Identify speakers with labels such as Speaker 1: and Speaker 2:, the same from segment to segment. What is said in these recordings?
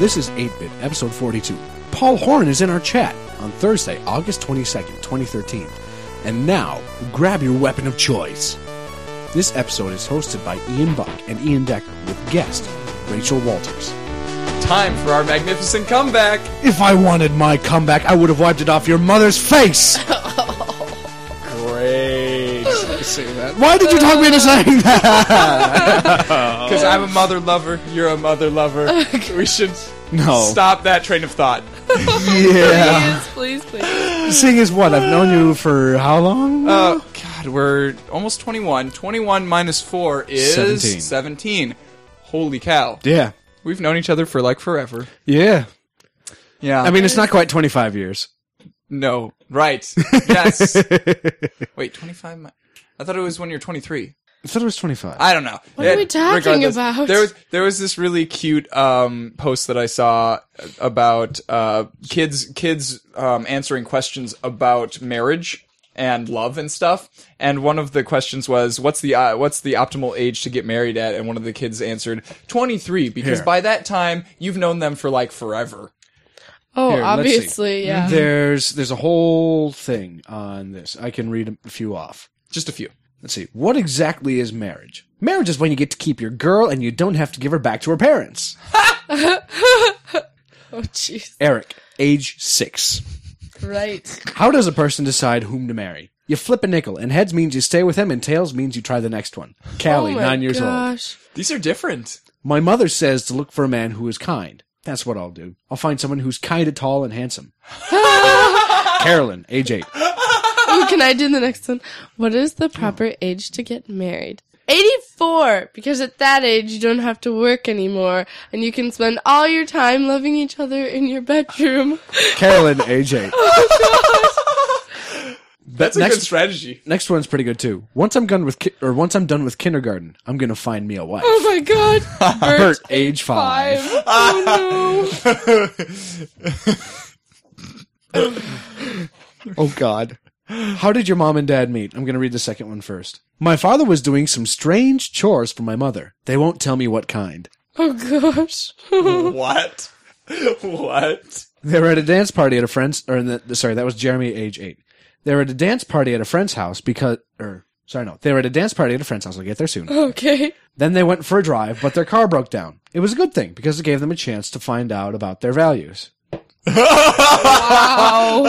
Speaker 1: This is 8 Bit, episode 42. Paul Horn is in our chat on Thursday, August 22nd, 2013. And now, grab your weapon of choice. This episode is hosted by Ian Buck and Ian Decker with guest Rachel Walters.
Speaker 2: Time for our magnificent comeback.
Speaker 1: If I wanted my comeback, I would have wiped it off your mother's face.
Speaker 2: Great. Say that.
Speaker 1: Why did you talk me into saying that?
Speaker 2: Because I'm a mother lover. You're a mother lover. we should
Speaker 1: No.
Speaker 2: stop that train of thought.
Speaker 1: Yeah.
Speaker 3: Please, please, please.
Speaker 1: Seeing as what, I've known you for how long?
Speaker 2: Oh, God, we're almost 21. 21 minus 4 is
Speaker 1: 17.
Speaker 2: 17. Holy cow.
Speaker 1: yeah.
Speaker 2: We've known each other for like forever.
Speaker 1: Yeah.
Speaker 2: Yeah.
Speaker 1: I mean, it's not quite 25 years.
Speaker 2: no. Right. Yes. Wait, 25? mi- I thought it was when you're 23.
Speaker 1: I thought it was 25.
Speaker 2: I don't know. What
Speaker 3: are we talking about?
Speaker 2: There was there was this really cute um, post that I saw about uh, kids kids um, answering questions about marriage and love and stuff. And one of the questions was, "What's the uh, what's the optimal age to get married at?" And one of the kids answered, 23, because
Speaker 1: Here.
Speaker 2: by that time you've known them for like forever."
Speaker 3: Oh,
Speaker 1: Here, let's see. Mm-hmm.
Speaker 3: obviously, yeah.
Speaker 1: There's there's a whole thing on this. I can read a few off.
Speaker 2: Just a few.
Speaker 1: Let's see. What exactly is marriage? Marriage is when you get to keep your girl and you don't have to give her back to her parents.
Speaker 3: Oh, jeez.
Speaker 1: Eric, age 6.
Speaker 3: Right.
Speaker 1: How does a person decide whom to marry? You flip a nickel, and heads means you stay with him, and tails means you try the next one. Callie,
Speaker 3: oh
Speaker 1: nine
Speaker 3: my
Speaker 1: years old.
Speaker 3: gosh.
Speaker 2: These are different.
Speaker 1: My mother says to look for a man who is kind. That's what I'll do. I'll find someone who's kind of tall and handsome. Carolyn, age eight.
Speaker 3: Ooh, Oh, can I do the next one? What is the proper age to get married? 84! Because at that age, you don't have to work anymore, and you can spend all your time loving each other in your bedroom.
Speaker 1: Carolyn, age eight.
Speaker 2: That's a
Speaker 1: Next-
Speaker 2: good strategy.
Speaker 1: Next one's pretty good too. Once I'm done with ki- or once I'm done with kindergarten, I'm gonna find me a wife.
Speaker 3: Oh my god. Bert,
Speaker 1: Bert, age five.
Speaker 3: five. Oh no.
Speaker 1: Oh God. How did your mom and dad meet? I'm gonna read the second one first. My father was doing some strange chores for my mother. They won't tell me what kind.
Speaker 3: Oh gosh.
Speaker 2: what? what?
Speaker 1: They were at a dance party at a friend's, or in the, sorry, that was Jeremy, age eight. They were at a dance party at a friend's house because, or sorry, no, they were at a dance party at a friend's house. I'll get there soon.
Speaker 3: Okay.
Speaker 1: Then they went for a drive, but their car broke down. It was a good thing because it gave them a chance to find out about their values.
Speaker 3: Wow.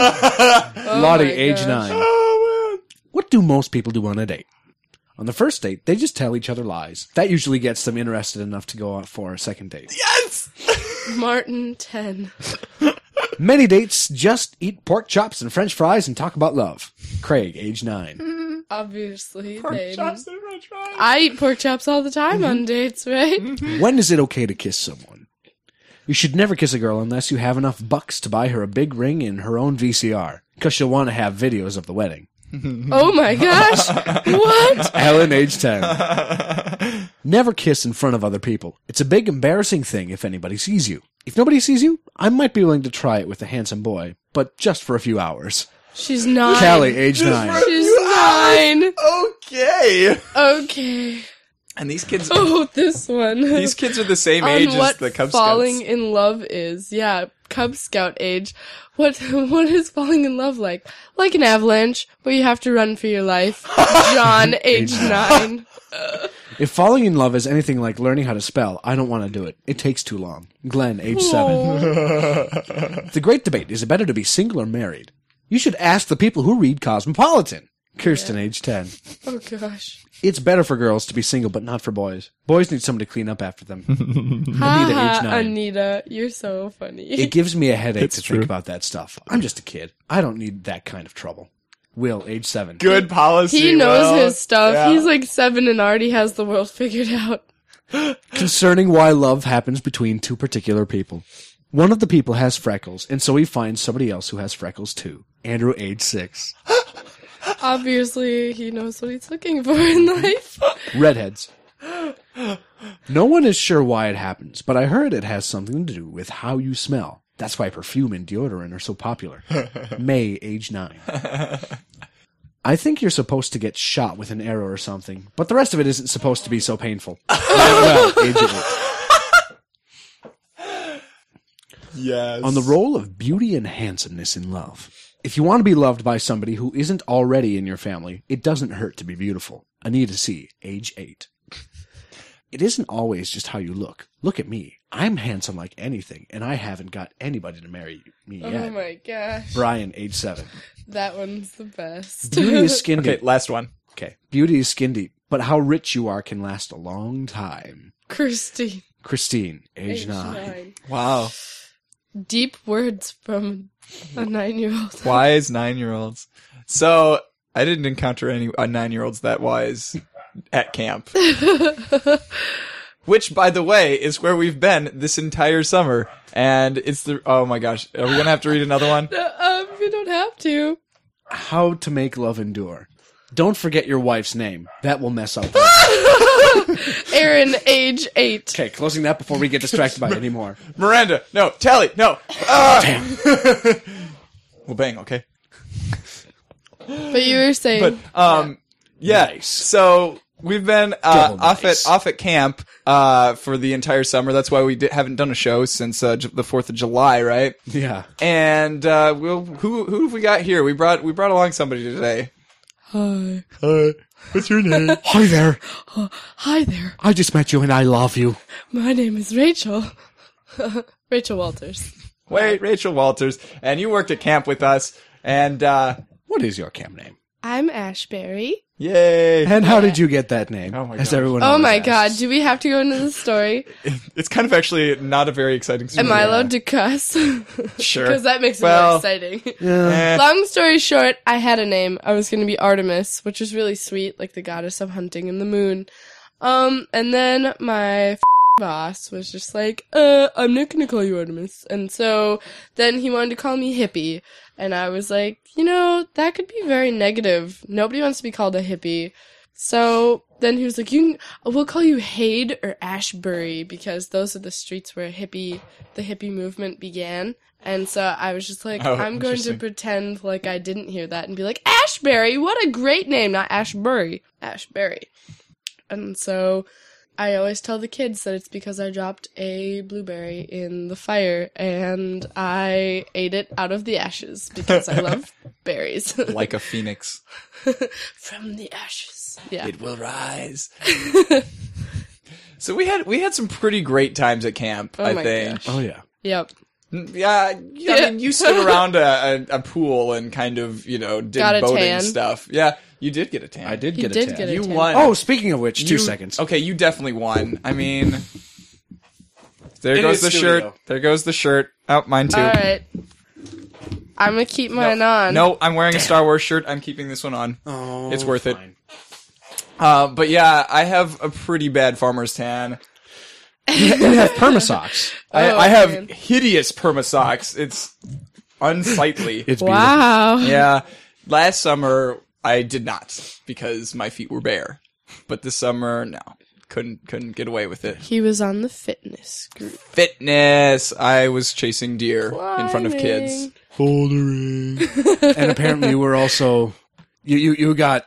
Speaker 1: Lottie,
Speaker 3: Oh my
Speaker 1: age
Speaker 3: gosh.
Speaker 1: nine.
Speaker 2: Oh, man.
Speaker 1: What do most people do on a date? On the first date, they just tell each other lies. That usually gets them interested enough to go out for a second date.
Speaker 2: Yes!
Speaker 3: Martin, 10.
Speaker 1: Many dates just eat pork chops and french fries and talk about love. Craig, age nine.
Speaker 3: Obviously,
Speaker 2: Pork
Speaker 3: they-
Speaker 2: chops and french fries.
Speaker 3: I eat pork chops all the time on dates, right?
Speaker 1: When is it okay to kiss someone? You should never kiss a girl unless you have enough bucks to buy her a big ring and her own VCR, because she'll want to have videos of the wedding.
Speaker 3: Oh my gosh. What?
Speaker 1: Ellen, age 10. Never kiss in front of other people. It's a big embarrassing thing if anybody sees you. If nobody sees you, I might be willing to try it with a handsome boy, but just for a few hours.
Speaker 3: She's nine.
Speaker 1: Callie, age 9.
Speaker 3: She's nine.
Speaker 2: Okay.
Speaker 3: Okay.
Speaker 2: And these kids,
Speaker 3: Oh, this one.
Speaker 2: these kids are the same
Speaker 3: On
Speaker 2: age as
Speaker 3: what
Speaker 2: the Cub
Speaker 3: falling
Speaker 2: Scouts.
Speaker 3: in love is. Yeah, Cub Scout age. What what is falling in love like? Like an avalanche, but you have to run for your life. John, age nine.
Speaker 1: If falling in love is anything like learning how to spell, I don't want to do it. It takes too long. Glenn, age 7.
Speaker 3: Oh,
Speaker 1: The great debate is it better to be single or married? You should ask the people who read Cosmopolitan. Kirsten, age 10.
Speaker 3: oh gosh.
Speaker 1: It's better for girls to be single, but not for boys. Boys need someone to clean up after them.
Speaker 3: Anita,
Speaker 1: age nine.
Speaker 3: Anita, you're so funny.
Speaker 1: It gives me a headache
Speaker 2: It's
Speaker 1: to
Speaker 2: true.
Speaker 1: think about that stuff. I'm just a kid. I don't need that kind of trouble. Will, age 7.
Speaker 2: Good policy.
Speaker 3: he knows
Speaker 2: Will.
Speaker 3: his stuff.
Speaker 2: Yeah.
Speaker 3: He's like seven and already has the world figured out.
Speaker 1: Concerning why love happens between two particular people. One of the people has freckles, and so he finds somebody else who has freckles too. Andrew, age 6.
Speaker 3: Obviously, he knows what he's looking for in
Speaker 2: Mm-hmm.
Speaker 3: life.
Speaker 1: Redheads. No one is sure why it happens, but I heard it has something to do with how you smell. That's why perfume and deodorant are so popular. May, age nine. I think you're supposed to get shot with an arrow or something, but the rest of it isn't supposed to be so painful. Well, age eight.
Speaker 2: Yes.
Speaker 1: on the role of beauty and handsomeness in love. If you want to be loved by somebody who isn't already in your family, it doesn't hurt to be beautiful. Anita C., age 8. It isn't always just how you look. Look at me. I'm handsome like anything, and I haven't got anybody to marry me yet.
Speaker 3: Oh my gosh.
Speaker 1: Brian, age 7.
Speaker 3: That one's the best.
Speaker 1: Beauty is skin
Speaker 2: Okay,
Speaker 1: deep.
Speaker 2: last one.
Speaker 1: Okay. Beauty is skin deep, but how rich you are can last a long time.
Speaker 3: Christy.
Speaker 1: Christine, age, 9.
Speaker 2: Wow.
Speaker 3: Deep words from a nine year old.
Speaker 2: Wise nine year olds. So I didn't encounter any uh, nine year olds that wise at camp. Which, by the way, is where we've been this entire summer. And it's the. Oh my gosh. Are we going to have to read another one?
Speaker 3: um, you don't have to.
Speaker 1: How to make love endure. Don't forget your wife's name. That will mess up.
Speaker 3: Aaron, age eight.
Speaker 1: Okay, closing that before we get distracted by it anymore.
Speaker 2: Miranda. No. Tally. No. Ah! well, bang. Okay.
Speaker 3: But you were saying
Speaker 2: But um, yeah.
Speaker 1: Nice.
Speaker 2: So we've been uh,
Speaker 1: Double
Speaker 2: off
Speaker 1: nice.
Speaker 2: at off at camp uh, for the entire summer. That's why we di- haven't done a show since uh, J- the Fourth of July, right?
Speaker 1: Yeah.
Speaker 2: And uh, we'll, who who have we got here? We brought we brought along somebody today.
Speaker 3: hi.
Speaker 2: Hi. What's your name?
Speaker 1: Hi there.
Speaker 3: Hi there.
Speaker 1: I just met you and I love you.
Speaker 3: My name is Rachel. Rachel Walters.
Speaker 2: Wait, Rachel Walters, and you worked at camp with us, and uh,
Speaker 1: What is your camp name?
Speaker 3: I'm Ashberry.
Speaker 2: yay!
Speaker 1: And how did you get that name?
Speaker 2: Oh my
Speaker 1: As
Speaker 2: gosh.
Speaker 1: everyone
Speaker 3: Oh
Speaker 1: always
Speaker 3: my
Speaker 1: asks.
Speaker 3: god, do we have to go into the story?
Speaker 2: It's kind of actually not a very exciting story.
Speaker 3: Am I allowed to cuss? Because
Speaker 2: Sure.
Speaker 3: that makes it more
Speaker 2: Well,
Speaker 3: exciting.
Speaker 1: Yeah.
Speaker 2: Eh,
Speaker 3: Long story short, I had a name. I was going to be Artemis, which is really sweet, like the goddess of hunting and the moon. Um, and then my boss was just like, "Uh, I'm not going to call you Artemis." And so then he wanted to call me hippie, and I was like, you know, that could be very negative. Nobody wants to be called a hippie. So then he was like, "You, can, we'll call you Hade or Ashbury because those are the streets where hippie, the hippie movement began." And so I was just like,
Speaker 2: Oh,
Speaker 3: "I'm going to
Speaker 2: interesting.
Speaker 3: pretend like I didn't hear that and be like Ashbury. What a great name, not Ashbury, Ashbury." And so I always tell the kids that it's because I dropped a blueberry in the fire and I ate it out of the ashes because I love berries.
Speaker 2: Eh. like a phoenix,
Speaker 3: From the ashes. Yeah.
Speaker 2: it will rise. so we had we had some pretty great times at camp.
Speaker 3: Oh
Speaker 2: I
Speaker 3: my
Speaker 2: think.
Speaker 3: gosh.
Speaker 1: Oh yeah.
Speaker 3: Yep.
Speaker 2: Yeah, yeah, I mean, you stood around a, a, a pool and kind of, you know, did
Speaker 3: Got a
Speaker 2: boating
Speaker 3: tan.
Speaker 2: stuff. Yeah, you did get a tan.
Speaker 1: I did
Speaker 3: He
Speaker 1: get
Speaker 3: did
Speaker 1: a 10.
Speaker 3: get a
Speaker 2: You
Speaker 3: tan.
Speaker 2: won.
Speaker 1: Oh, speaking of which, two
Speaker 2: You-
Speaker 1: seconds.
Speaker 2: Okay, you definitely won. I mean, there
Speaker 1: It
Speaker 2: goes
Speaker 1: is
Speaker 2: the
Speaker 1: studio.
Speaker 2: shirt. There goes the shirt. Oh, mine too.
Speaker 3: All right. I'm going to keep
Speaker 2: No,
Speaker 3: mine on.
Speaker 2: No, I'm wearing a Star Wars shirt. I'm keeping this one on.
Speaker 1: Oh,
Speaker 2: It's worth it.
Speaker 1: fine.
Speaker 2: Uh, but yeah, I have a pretty bad farmer's tan.
Speaker 1: You have perma socks.
Speaker 2: I,
Speaker 3: Oh,
Speaker 2: I have
Speaker 3: man.
Speaker 2: hideous perma socks. It's unsightly.
Speaker 1: It's beautiful.
Speaker 3: Wow.
Speaker 2: yeah. Last summer I did not because my feet were bare. But this summer, no. Couldn't couldn't get away with it.
Speaker 3: He was on the fitness group.
Speaker 2: Fitness. I was chasing deer in front of kids.
Speaker 1: and apparently you were also you, you you got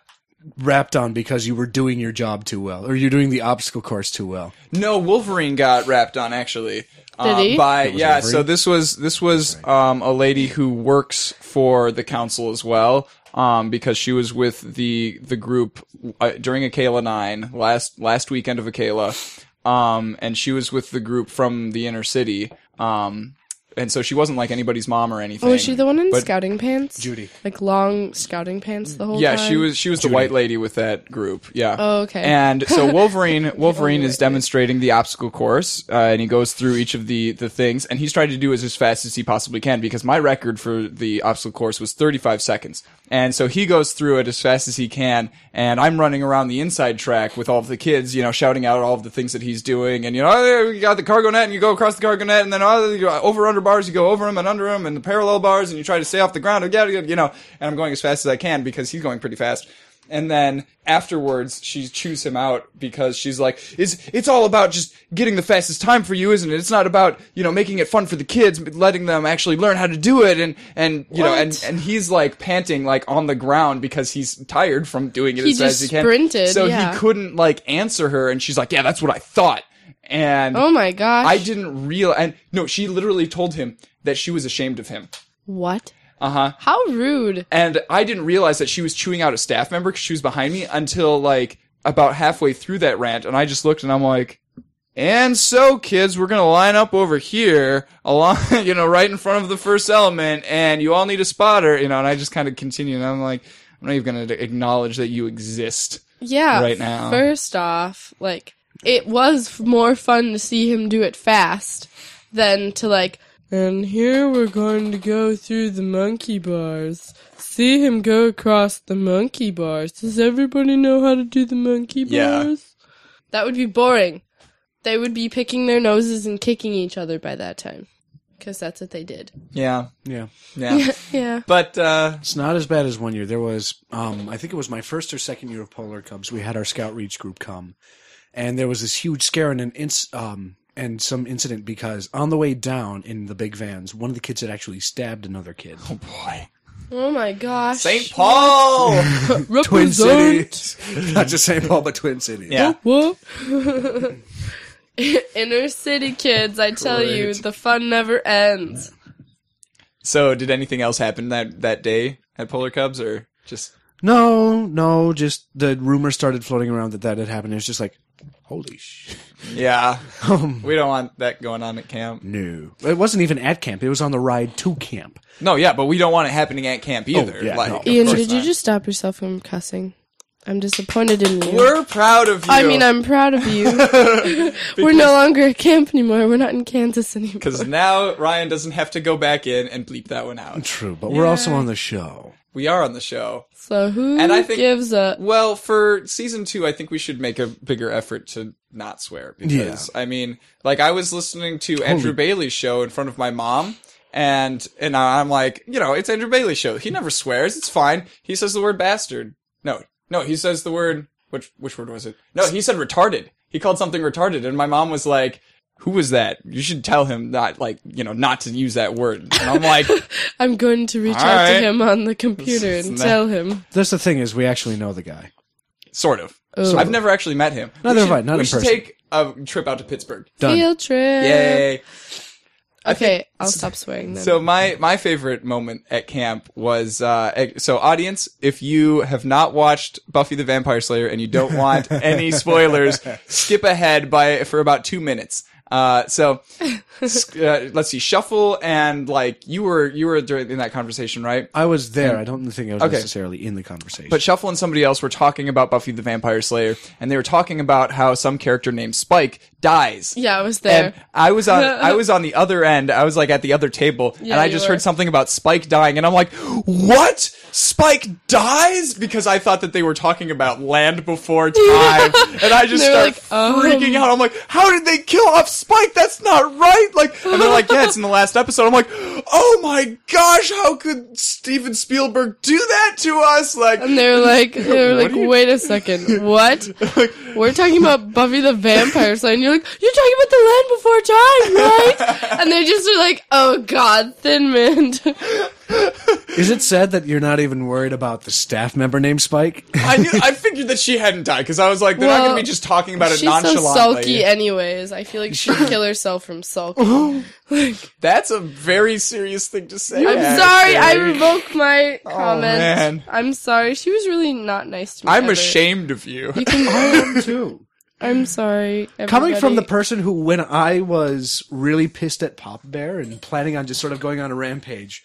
Speaker 1: wrapped on because you were doing your job too well or you're doing the obstacle course too well.
Speaker 2: No, Wolverine got wrapped on actually. Uh,
Speaker 3: Did he?
Speaker 2: By
Speaker 1: was
Speaker 2: yeah,
Speaker 1: Wolverine?
Speaker 2: so this was this was um, a lady who works for the council as well, um, because she was with the the group uh, during Akela nine last last weekend of Akela, um, and she was with the group from the inner city, um, and so she wasn't like anybody's mom or anything.
Speaker 3: Oh, was she the one in
Speaker 2: But-
Speaker 3: scouting pants?
Speaker 1: Judy.
Speaker 3: Like long scouting pants the whole
Speaker 2: Yeah,
Speaker 3: time?
Speaker 2: she was she was the white lady with that group. Yeah.
Speaker 3: Oh, okay.
Speaker 2: And so Wolverine Wolverine is demonstrating the obstacle course, uh, and he goes through each of the the things, and he's trying to do as as fast as he possibly can because my record for the obstacle course was 35 seconds, and so he goes through it as fast as he can, and I'm running around the inside track with all of the kids, you know, shouting out all of the things that he's doing, and you know, oh, you got the cargo net, and you go across the cargo net, and then oh, you go over under bars, you go over them and under them, and the parallel bars, and you try to stay off the ground, and yada, yada, you know, and I'm going as fast as I can because he's going pretty fast. And then afterwards, she chews him out because she's like, "Is it's all about just getting the fastest time for you, isn't it? It's not about you know making it fun for the kids, but letting them actually learn how to do it." And and you know, and
Speaker 3: What?
Speaker 2: and he's like panting like on the ground because he's tired from doing it
Speaker 3: He
Speaker 2: as fast
Speaker 3: just
Speaker 2: as he can.
Speaker 3: sprinted,
Speaker 2: so
Speaker 3: yeah.
Speaker 2: he couldn't like answer her, and she's like, "Yeah, that's what I thought." and
Speaker 3: Oh my gosh.
Speaker 2: I didn't real and no, she literally told him that she was ashamed of him.
Speaker 3: What?
Speaker 2: Uh huh.
Speaker 3: How rude.
Speaker 2: And I didn't realize that she was chewing out a staff member because she was behind me until like about halfway through that rant. And I just looked and I'm like, and so kids, we're going to line up over here along, you know, right in front of the first element and you all need a spotter, you know, and I just kind of continue and I'm like, I'm not even going to acknowledge that you exist.
Speaker 3: Yeah.
Speaker 2: Right now.
Speaker 3: First off, like it was f- more fun to see him do it fast than to like. And here we're going to go through the monkey bars. See him go across the monkey bars. Does everybody know how to do the monkey
Speaker 2: Yeah.
Speaker 3: bars? That would be boring. They would be picking their noses and kicking each other by that time. Because that's what they did.
Speaker 2: Yeah.
Speaker 1: Yeah.
Speaker 2: Yeah.
Speaker 3: yeah.
Speaker 2: but, uh,
Speaker 1: It's not as bad as one year. There was, um, I think it was my first or second year of Polar Cubs. We had our Scout Reach group come, and there was this huge scare and an inc- um, and some incident because on the way down in the big vans, one of the kids had actually stabbed another kid.
Speaker 2: oh boy.
Speaker 3: Oh my gosh.
Speaker 2: St. Paul!
Speaker 1: Twin
Speaker 3: Represent.
Speaker 1: Cities, not just St. Paul, but Twin Cities.
Speaker 2: yeah.
Speaker 3: Whoop. Inner city kids, I tell you,
Speaker 1: Great.
Speaker 3: the fun never ends.
Speaker 2: So did anything else happen that, that day at Polar Cubs or just
Speaker 1: No, no, just the rumor started floating around that that had happened. It was just like, holy sh.
Speaker 2: Yeah.
Speaker 1: Um,
Speaker 2: We don't want that going on at camp.
Speaker 1: no, it wasn't even at camp. It was on the ride to camp.
Speaker 2: No, yeah, but we don't want it happening at camp either.
Speaker 1: yeah,
Speaker 2: like,
Speaker 1: no.
Speaker 2: of
Speaker 3: Ian,
Speaker 2: course
Speaker 3: did you
Speaker 2: not.
Speaker 3: just stop yourself from cussing? I'm disappointed in you.
Speaker 2: We're proud of you.
Speaker 3: I mean, I'm proud of you. We're no longer at camp anymore. We're not in Kansas anymore.
Speaker 2: Because now Ryan doesn't have to go back in and bleep that one out.
Speaker 1: True, but we're also on the show.
Speaker 2: We are on the show.
Speaker 3: So who
Speaker 2: And I think-
Speaker 3: gives a?
Speaker 2: Well, for season two, I think we should make a bigger effort to not swear because I mean, like I was listening to Andrew Bailey's show in front of my mom, and and I'm like, you know, it's Andrew Bailey's show. He never swears. It's fine. He says the word bastard. No, no, he says the word. Which which word was it? No, he said retarded. He called something retarded, and my mom was like. Who was that? You should tell him not like you know not to use that word. And I'm like,
Speaker 3: I'm going to reach
Speaker 2: All
Speaker 3: out to
Speaker 2: right.
Speaker 3: him on the computer
Speaker 2: This is
Speaker 3: and
Speaker 2: not-
Speaker 3: tell him.
Speaker 1: That's the thing is, we actually know the guy.
Speaker 2: sort of.
Speaker 3: Oh.
Speaker 2: I've never actually met him.
Speaker 1: Neither
Speaker 2: we
Speaker 1: have
Speaker 2: should-
Speaker 1: I, not
Speaker 2: we
Speaker 1: in
Speaker 2: should
Speaker 1: person.
Speaker 2: take a trip out to Pittsburgh.
Speaker 1: Done.
Speaker 3: Field trip.
Speaker 2: Yay!
Speaker 3: Okay, I'll stop swearing then.
Speaker 2: So my my favorite moment at camp was uh eh, so audience if you have not watched Buffy the Vampire Slayer and you don't want any spoilers skip ahead by for about 2 minutes. Uh so s- uh, let's see shuffle and like you were you were during in that conversation, right?
Speaker 1: I was there. I don't think I was
Speaker 2: Okay.
Speaker 1: necessarily in the conversation.
Speaker 2: But Shuffle and somebody else were talking about Buffy the Vampire Slayer and they were talking about how some character named Spike dies.
Speaker 3: yeah, I was there.
Speaker 2: And I was on I was on the other end. I was like at the other table,
Speaker 3: Yeah,
Speaker 2: and I
Speaker 3: you
Speaker 2: just
Speaker 3: were.
Speaker 2: heard something about Spike dying, and I'm like, "What? Spike dies?" Because I thought that they were talking about Land Before Time, and I just
Speaker 3: They
Speaker 2: start
Speaker 3: were like, oh.
Speaker 2: freaking out. I'm like, "How did they kill off Spike? That's not right!" Like, and they're like, "Yeah, it's in the last episode." I'm like, "Oh my gosh, how could Steven Spielberg do that to us?" Like,
Speaker 3: And they're like, they're
Speaker 2: What
Speaker 3: like,
Speaker 2: do you-
Speaker 3: wait a second, what? We're talking about Buffy the Vampire Slayer, and you're like, you're talking about the Land Before Time, right? and they just are like, oh God, Thin Mint.
Speaker 1: is it said that you're not even worried about the staff member named Spike?
Speaker 2: I knew, I figured that she hadn't died because I was like, "They're not
Speaker 3: Well,
Speaker 2: going to be just talking about it
Speaker 3: She's so
Speaker 2: nonchalantly."
Speaker 3: sulky, anyways. I feel like she'd kill herself from sulking.
Speaker 2: That's a very serious thing to say.
Speaker 3: I'm sorry, I revoke my comment.
Speaker 2: Oh, man.
Speaker 3: I'm sorry. She was really not nice to me.
Speaker 2: I'm
Speaker 3: ever.
Speaker 2: ashamed of you.
Speaker 3: You can-
Speaker 1: I am too.
Speaker 3: I'm sorry.
Speaker 1: Coming from the
Speaker 3: everybody.
Speaker 1: person who, when I was really pissed at Pop Bear and planning on just sort of going on a rampage,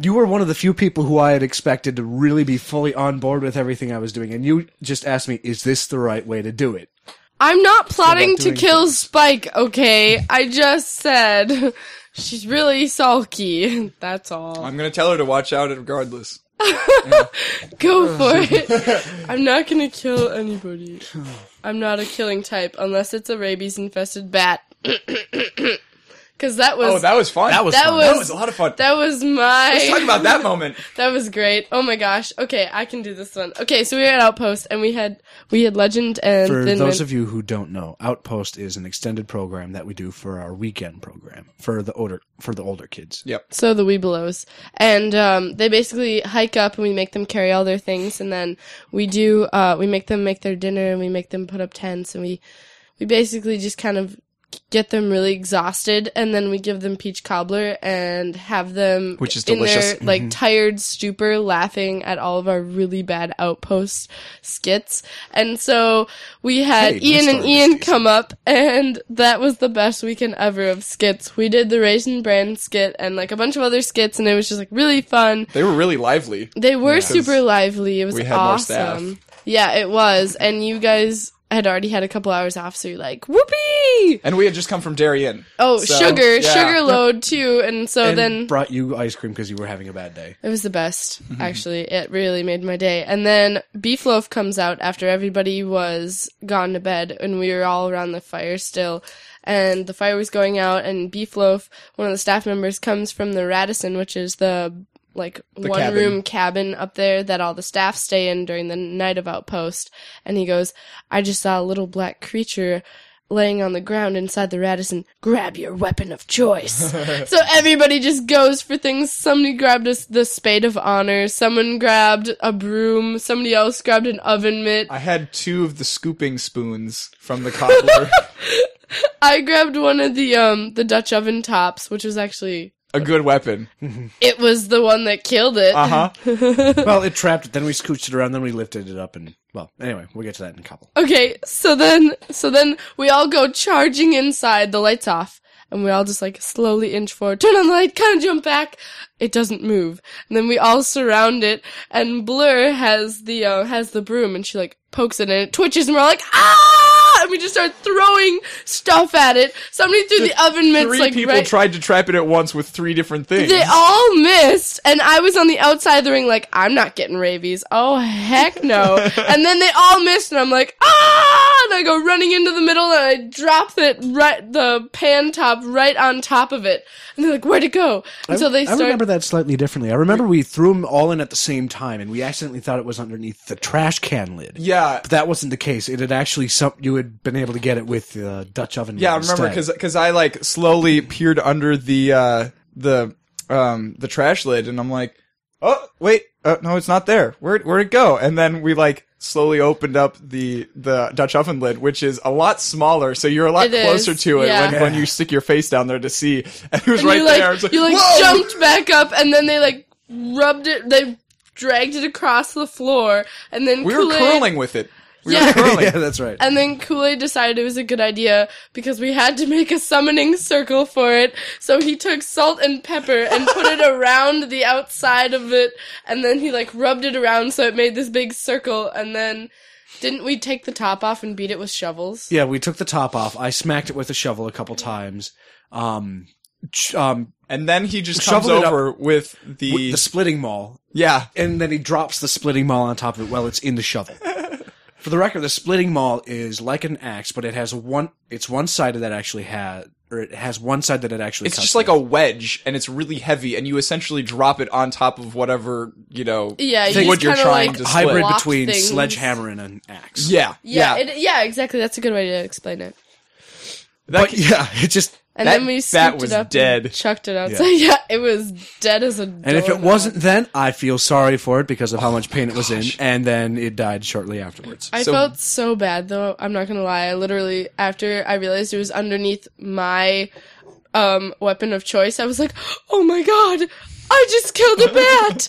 Speaker 1: you were one of the few people who I had expected to really be fully on board with everything I was doing, and you just asked me, "Is this the right way to do it?"
Speaker 3: I'm not plotting to
Speaker 1: doing
Speaker 3: kill
Speaker 1: things.
Speaker 3: Spike, okay? I just said she's really sulky. That's all.
Speaker 2: I'm gonna tell her to watch out regardless.
Speaker 3: Go for it. I'm not gonna kill anybody. I'm not a killing type unless it's a rabies infested bat. Cause that was
Speaker 2: Oh, that was fun. That was
Speaker 3: That fun. was-
Speaker 2: that was a lot of fun.
Speaker 3: that was
Speaker 2: Let's talk
Speaker 3: my
Speaker 2: about that moment.
Speaker 3: that was great. Oh my gosh. Okay, I can do this one. Okay, so we were at Outpost and we had we had Legend and
Speaker 1: For
Speaker 3: Thin
Speaker 1: those
Speaker 3: Mint.
Speaker 1: of you who don't know, Outpost is an extended program that we do for our weekend program for the older for the older kids.
Speaker 2: Yep.
Speaker 3: so the Weebelows. And um, they basically hike up and we make them carry all their things and then we do uh, we make them make their dinner and we make them put up tents and we we basically just kind of get them really exhausted and then we give them peach cobbler and have them
Speaker 2: Which is
Speaker 3: in
Speaker 2: delicious. Mm-hmm.
Speaker 3: their like tired stupor laughing at all of our really bad outpost skits and so we had
Speaker 1: Hey, my
Speaker 3: ian and
Speaker 1: story was
Speaker 3: ian
Speaker 1: decent.
Speaker 3: come up and that was the best weekend ever of skits we did the raisin bran skit and like a bunch of other skits and it was just like really fun
Speaker 2: They were really lively.
Speaker 3: they were super
Speaker 2: Because
Speaker 3: lively. It was
Speaker 2: we had more staff.
Speaker 3: awesome. Yeah, it was. And you guys had already had a couple hours off, so you're like, whoopee!
Speaker 2: And we had just come from Dairy Inn.
Speaker 3: Oh,
Speaker 2: So,
Speaker 3: sugar,
Speaker 2: yeah.
Speaker 3: sugar load too. And so
Speaker 1: and
Speaker 3: then
Speaker 1: brought you ice cream because you were having a bad day.
Speaker 3: it was the best, actually. It really made my day. And then Beef Loaf comes out after everybody was gone to bed and we were all around the fire still. And the fire was going out and Beef Loaf, one of the staff members, comes from the Radisson, which is the like one
Speaker 2: cabin.
Speaker 3: room cabin up there that all the staff stay in during the night of outpost. And he goes, I just saw a little black creature laying on the ground inside the Radisson. Grab your weapon of choice. so everybody just goes for things. Somebody grabbed us the spade of honor. Someone grabbed a broom. Somebody else grabbed an oven mitt.
Speaker 2: I had two of the scooping spoons from the cobbler.
Speaker 3: I grabbed one of the um the Dutch oven tops, which was actually
Speaker 2: a good weapon.
Speaker 3: it was the one that killed it.
Speaker 2: Uh huh.
Speaker 1: well, it trapped it. Then we scooched it around. Then we lifted it up, and well, anyway, we'll get to that in a couple.
Speaker 3: Okay, so then so then we all go charging inside, the lights off, and we all just like slowly inch forward, turn on the light, kinda jump back. It doesn't move. And then we all surround it and Blur has the uh, has the broom and she like pokes it and it twitches and we're all like ah and we just start throwing stuff at it. Somebody threw the oven mitts
Speaker 2: Three
Speaker 3: like
Speaker 2: people
Speaker 3: right
Speaker 2: tried to trap it at once with three different things.
Speaker 3: they all missed, and I was on the outside of the ring, like, I'm not getting rabies. Oh, heck no. and then they all missed, and I'm like, ah! And I go running into the middle, and I drop it right, the pan top right on top of it. And they're like, where'd it go? And Oh, so they
Speaker 1: I
Speaker 3: start.
Speaker 1: remember that slightly differently. I remember we threw them all in at the same time, and we accidentally thought it was underneath the trash can lid.
Speaker 2: yeah.
Speaker 1: But that wasn't the case. It had actually some you had been able to get it with the uh, Dutch oven.
Speaker 2: Yeah, I
Speaker 1: mitt
Speaker 2: remember
Speaker 1: instead.
Speaker 2: because I like slowly peered under the uh, the um, the trash lid, and I'm like, oh wait, uh, no, it's not there. Where where'd it go? And then we like slowly opened up the the Dutch oven lid, which is a lot smaller, so you're a lot
Speaker 3: It is,
Speaker 2: closer to it
Speaker 3: yeah.
Speaker 2: when, when you stick your face down there to see. And it was
Speaker 3: and
Speaker 2: right
Speaker 3: you, like,
Speaker 2: there. I was like,
Speaker 3: you like
Speaker 2: Whoa!
Speaker 3: jumped back up, and then they like rubbed it, they dragged it across the floor, and then
Speaker 2: We were
Speaker 3: Kool-Aid-
Speaker 2: curling with it. We
Speaker 3: Yeah.
Speaker 2: were curling.
Speaker 1: yeah, that's right.
Speaker 3: And then Kool Aid decided it was a good idea because we had to make a summoning circle for it. So he took salt and pepper and put it around the outside of it, and then he like rubbed it around so it made this big circle. And then didn't we take the top off and beat it with shovels?
Speaker 1: yeah, we took the top off. I smacked it with a shovel a couple times. Um, ch- um,
Speaker 2: And then he just comes
Speaker 1: Shoveled it up
Speaker 2: over with the,
Speaker 1: with the splitting maul,
Speaker 2: yeah.
Speaker 1: and then he drops the splitting maul on top of it while it's in the shovel. For the record, the splitting maul is like an axe, but it has one. It's one side that actually has, or it has one side that it actually.
Speaker 2: It's
Speaker 1: cuts
Speaker 2: just like
Speaker 1: with.
Speaker 2: a wedge, and it's really heavy, and you essentially drop it on top of whatever you know.
Speaker 3: Yeah, you
Speaker 2: what
Speaker 3: just
Speaker 2: you're
Speaker 3: kinda,
Speaker 2: trying
Speaker 3: like,
Speaker 2: to split.
Speaker 1: hybrid
Speaker 3: block
Speaker 1: between
Speaker 3: things.
Speaker 1: sledgehammer and an axe.
Speaker 2: Yeah,
Speaker 3: Yeah,
Speaker 2: yeah,
Speaker 3: yeah, it, yeah exactly. That's a good way to explain it.
Speaker 1: But
Speaker 2: That ca-
Speaker 1: yeah, it just
Speaker 3: And
Speaker 2: That-
Speaker 3: then we
Speaker 2: that
Speaker 3: scooped
Speaker 2: was
Speaker 3: it up,
Speaker 2: dead.
Speaker 3: and chucked it outside. Yeah. it was dead as a.
Speaker 1: And if it wasn't then, I feel sorry for it because of how much pain it was in,
Speaker 2: gosh.
Speaker 1: and then it died shortly afterwards.
Speaker 3: I
Speaker 2: So-
Speaker 3: felt so bad though. I'm not gonna lie. I literally after I realized it was underneath my um weapon of choice, I was like, "Oh my god, I just killed a bat."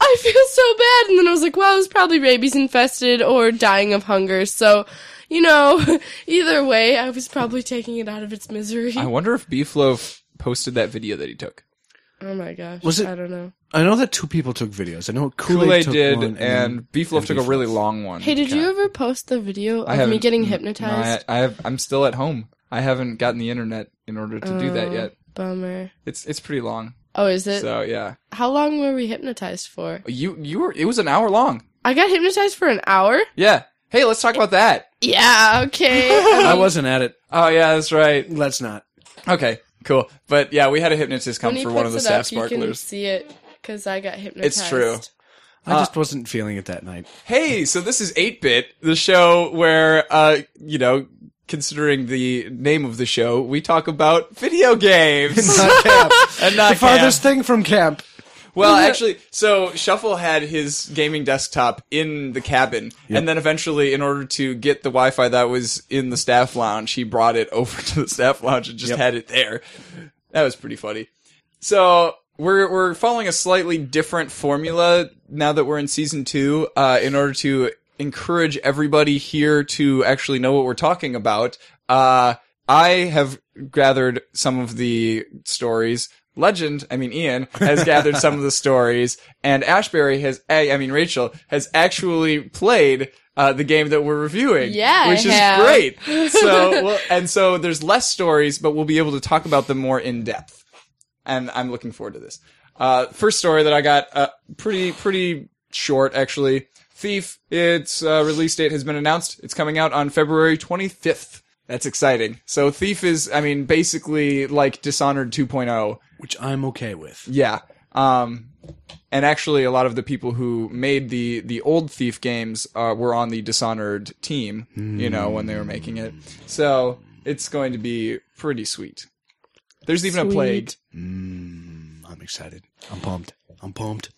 Speaker 3: I feel so bad. And then I was like, "Well, it was probably rabies infested or dying of hunger." So, you know, either way, I was probably taking it out of its misery.
Speaker 2: I wonder if Beefloaf posted that video that he took.
Speaker 3: oh my gosh.
Speaker 1: Was it-
Speaker 3: I don't know.
Speaker 2: Oh
Speaker 1: I know that two people took videos. I know
Speaker 2: Kool
Speaker 1: Kool-Aid,
Speaker 2: Aid
Speaker 1: took
Speaker 2: did,
Speaker 1: one,
Speaker 2: and, Beefloaf
Speaker 1: and
Speaker 2: took a really
Speaker 1: Beefloaf.
Speaker 2: long one.
Speaker 3: Hey, did you
Speaker 2: Okay.
Speaker 3: ever post the video
Speaker 2: I
Speaker 3: of
Speaker 2: haven't-
Speaker 3: me
Speaker 2: mm,
Speaker 3: getting
Speaker 2: No,
Speaker 3: hypnotized?
Speaker 2: I, I have. I'm still at home. I haven't gotten the internet in order to do that
Speaker 3: Oh,
Speaker 2: yet.
Speaker 3: Bummer.
Speaker 2: It's it's pretty long.
Speaker 3: Oh, is it?
Speaker 2: So yeah,
Speaker 3: How long were we hypnotized for?
Speaker 2: you you were. It was an hour long.
Speaker 3: I got hypnotized for an hour.
Speaker 2: Yeah. Hey, let's talk about that.
Speaker 3: Yeah, okay. Um,
Speaker 1: I wasn't at it.
Speaker 2: Oh yeah, that's right.
Speaker 1: Let's not.
Speaker 2: Okay, cool. But yeah, we had a hypnotist come
Speaker 3: when he
Speaker 2: for
Speaker 3: puts
Speaker 2: one of the
Speaker 3: it
Speaker 2: staff
Speaker 3: up, you can
Speaker 2: sparklers.
Speaker 3: see it because I got hypnotized.
Speaker 2: true. Uh,
Speaker 1: I just wasn't feeling it that night.
Speaker 2: Hey, so this is 8 Bit, the show where, uh, you know, considering the name of the show, we talk about video games.
Speaker 1: Not camp.
Speaker 2: and not
Speaker 1: the farthest
Speaker 2: camp.
Speaker 1: thing from camp.
Speaker 2: Well, actually, so Shuffle had his gaming desktop in the cabin, and then eventually, in order to get the Wi-Fi that was in the staff lounge, he brought it over to the staff lounge and just had it there. That was pretty funny. So we're we're following a slightly different formula now that we're in season two. Uh, in order to encourage everybody here to actually know what we're talking about, uh, I have gathered some of the stories. Legend, I mean Ian, has gathered some of the stories, and Ashbury has, I I mean Rachel has actually played uh, the game that we're reviewing,
Speaker 3: Yeah, I
Speaker 2: which is
Speaker 3: have.
Speaker 2: great. So, well, and so there's less stories, but we'll be able to talk about them more in depth and I'm looking forward to this. Uh, first story that I got, uh, pretty, pretty short actually. Thief, its uh, release date has been announced. It's coming out on February 25th. That's exciting. So Thief is, I mean, basically like Dishonored 2.0.
Speaker 1: which I'm okay with.
Speaker 2: Yeah. Um, and actually, a lot of the people who made the the old Thief games uh, were on the Dishonored team. You know, when they were making it, so it's going to be pretty sweet. There's even a plague.
Speaker 1: Mm, I'm excited. I'm pumped. I'm pumped.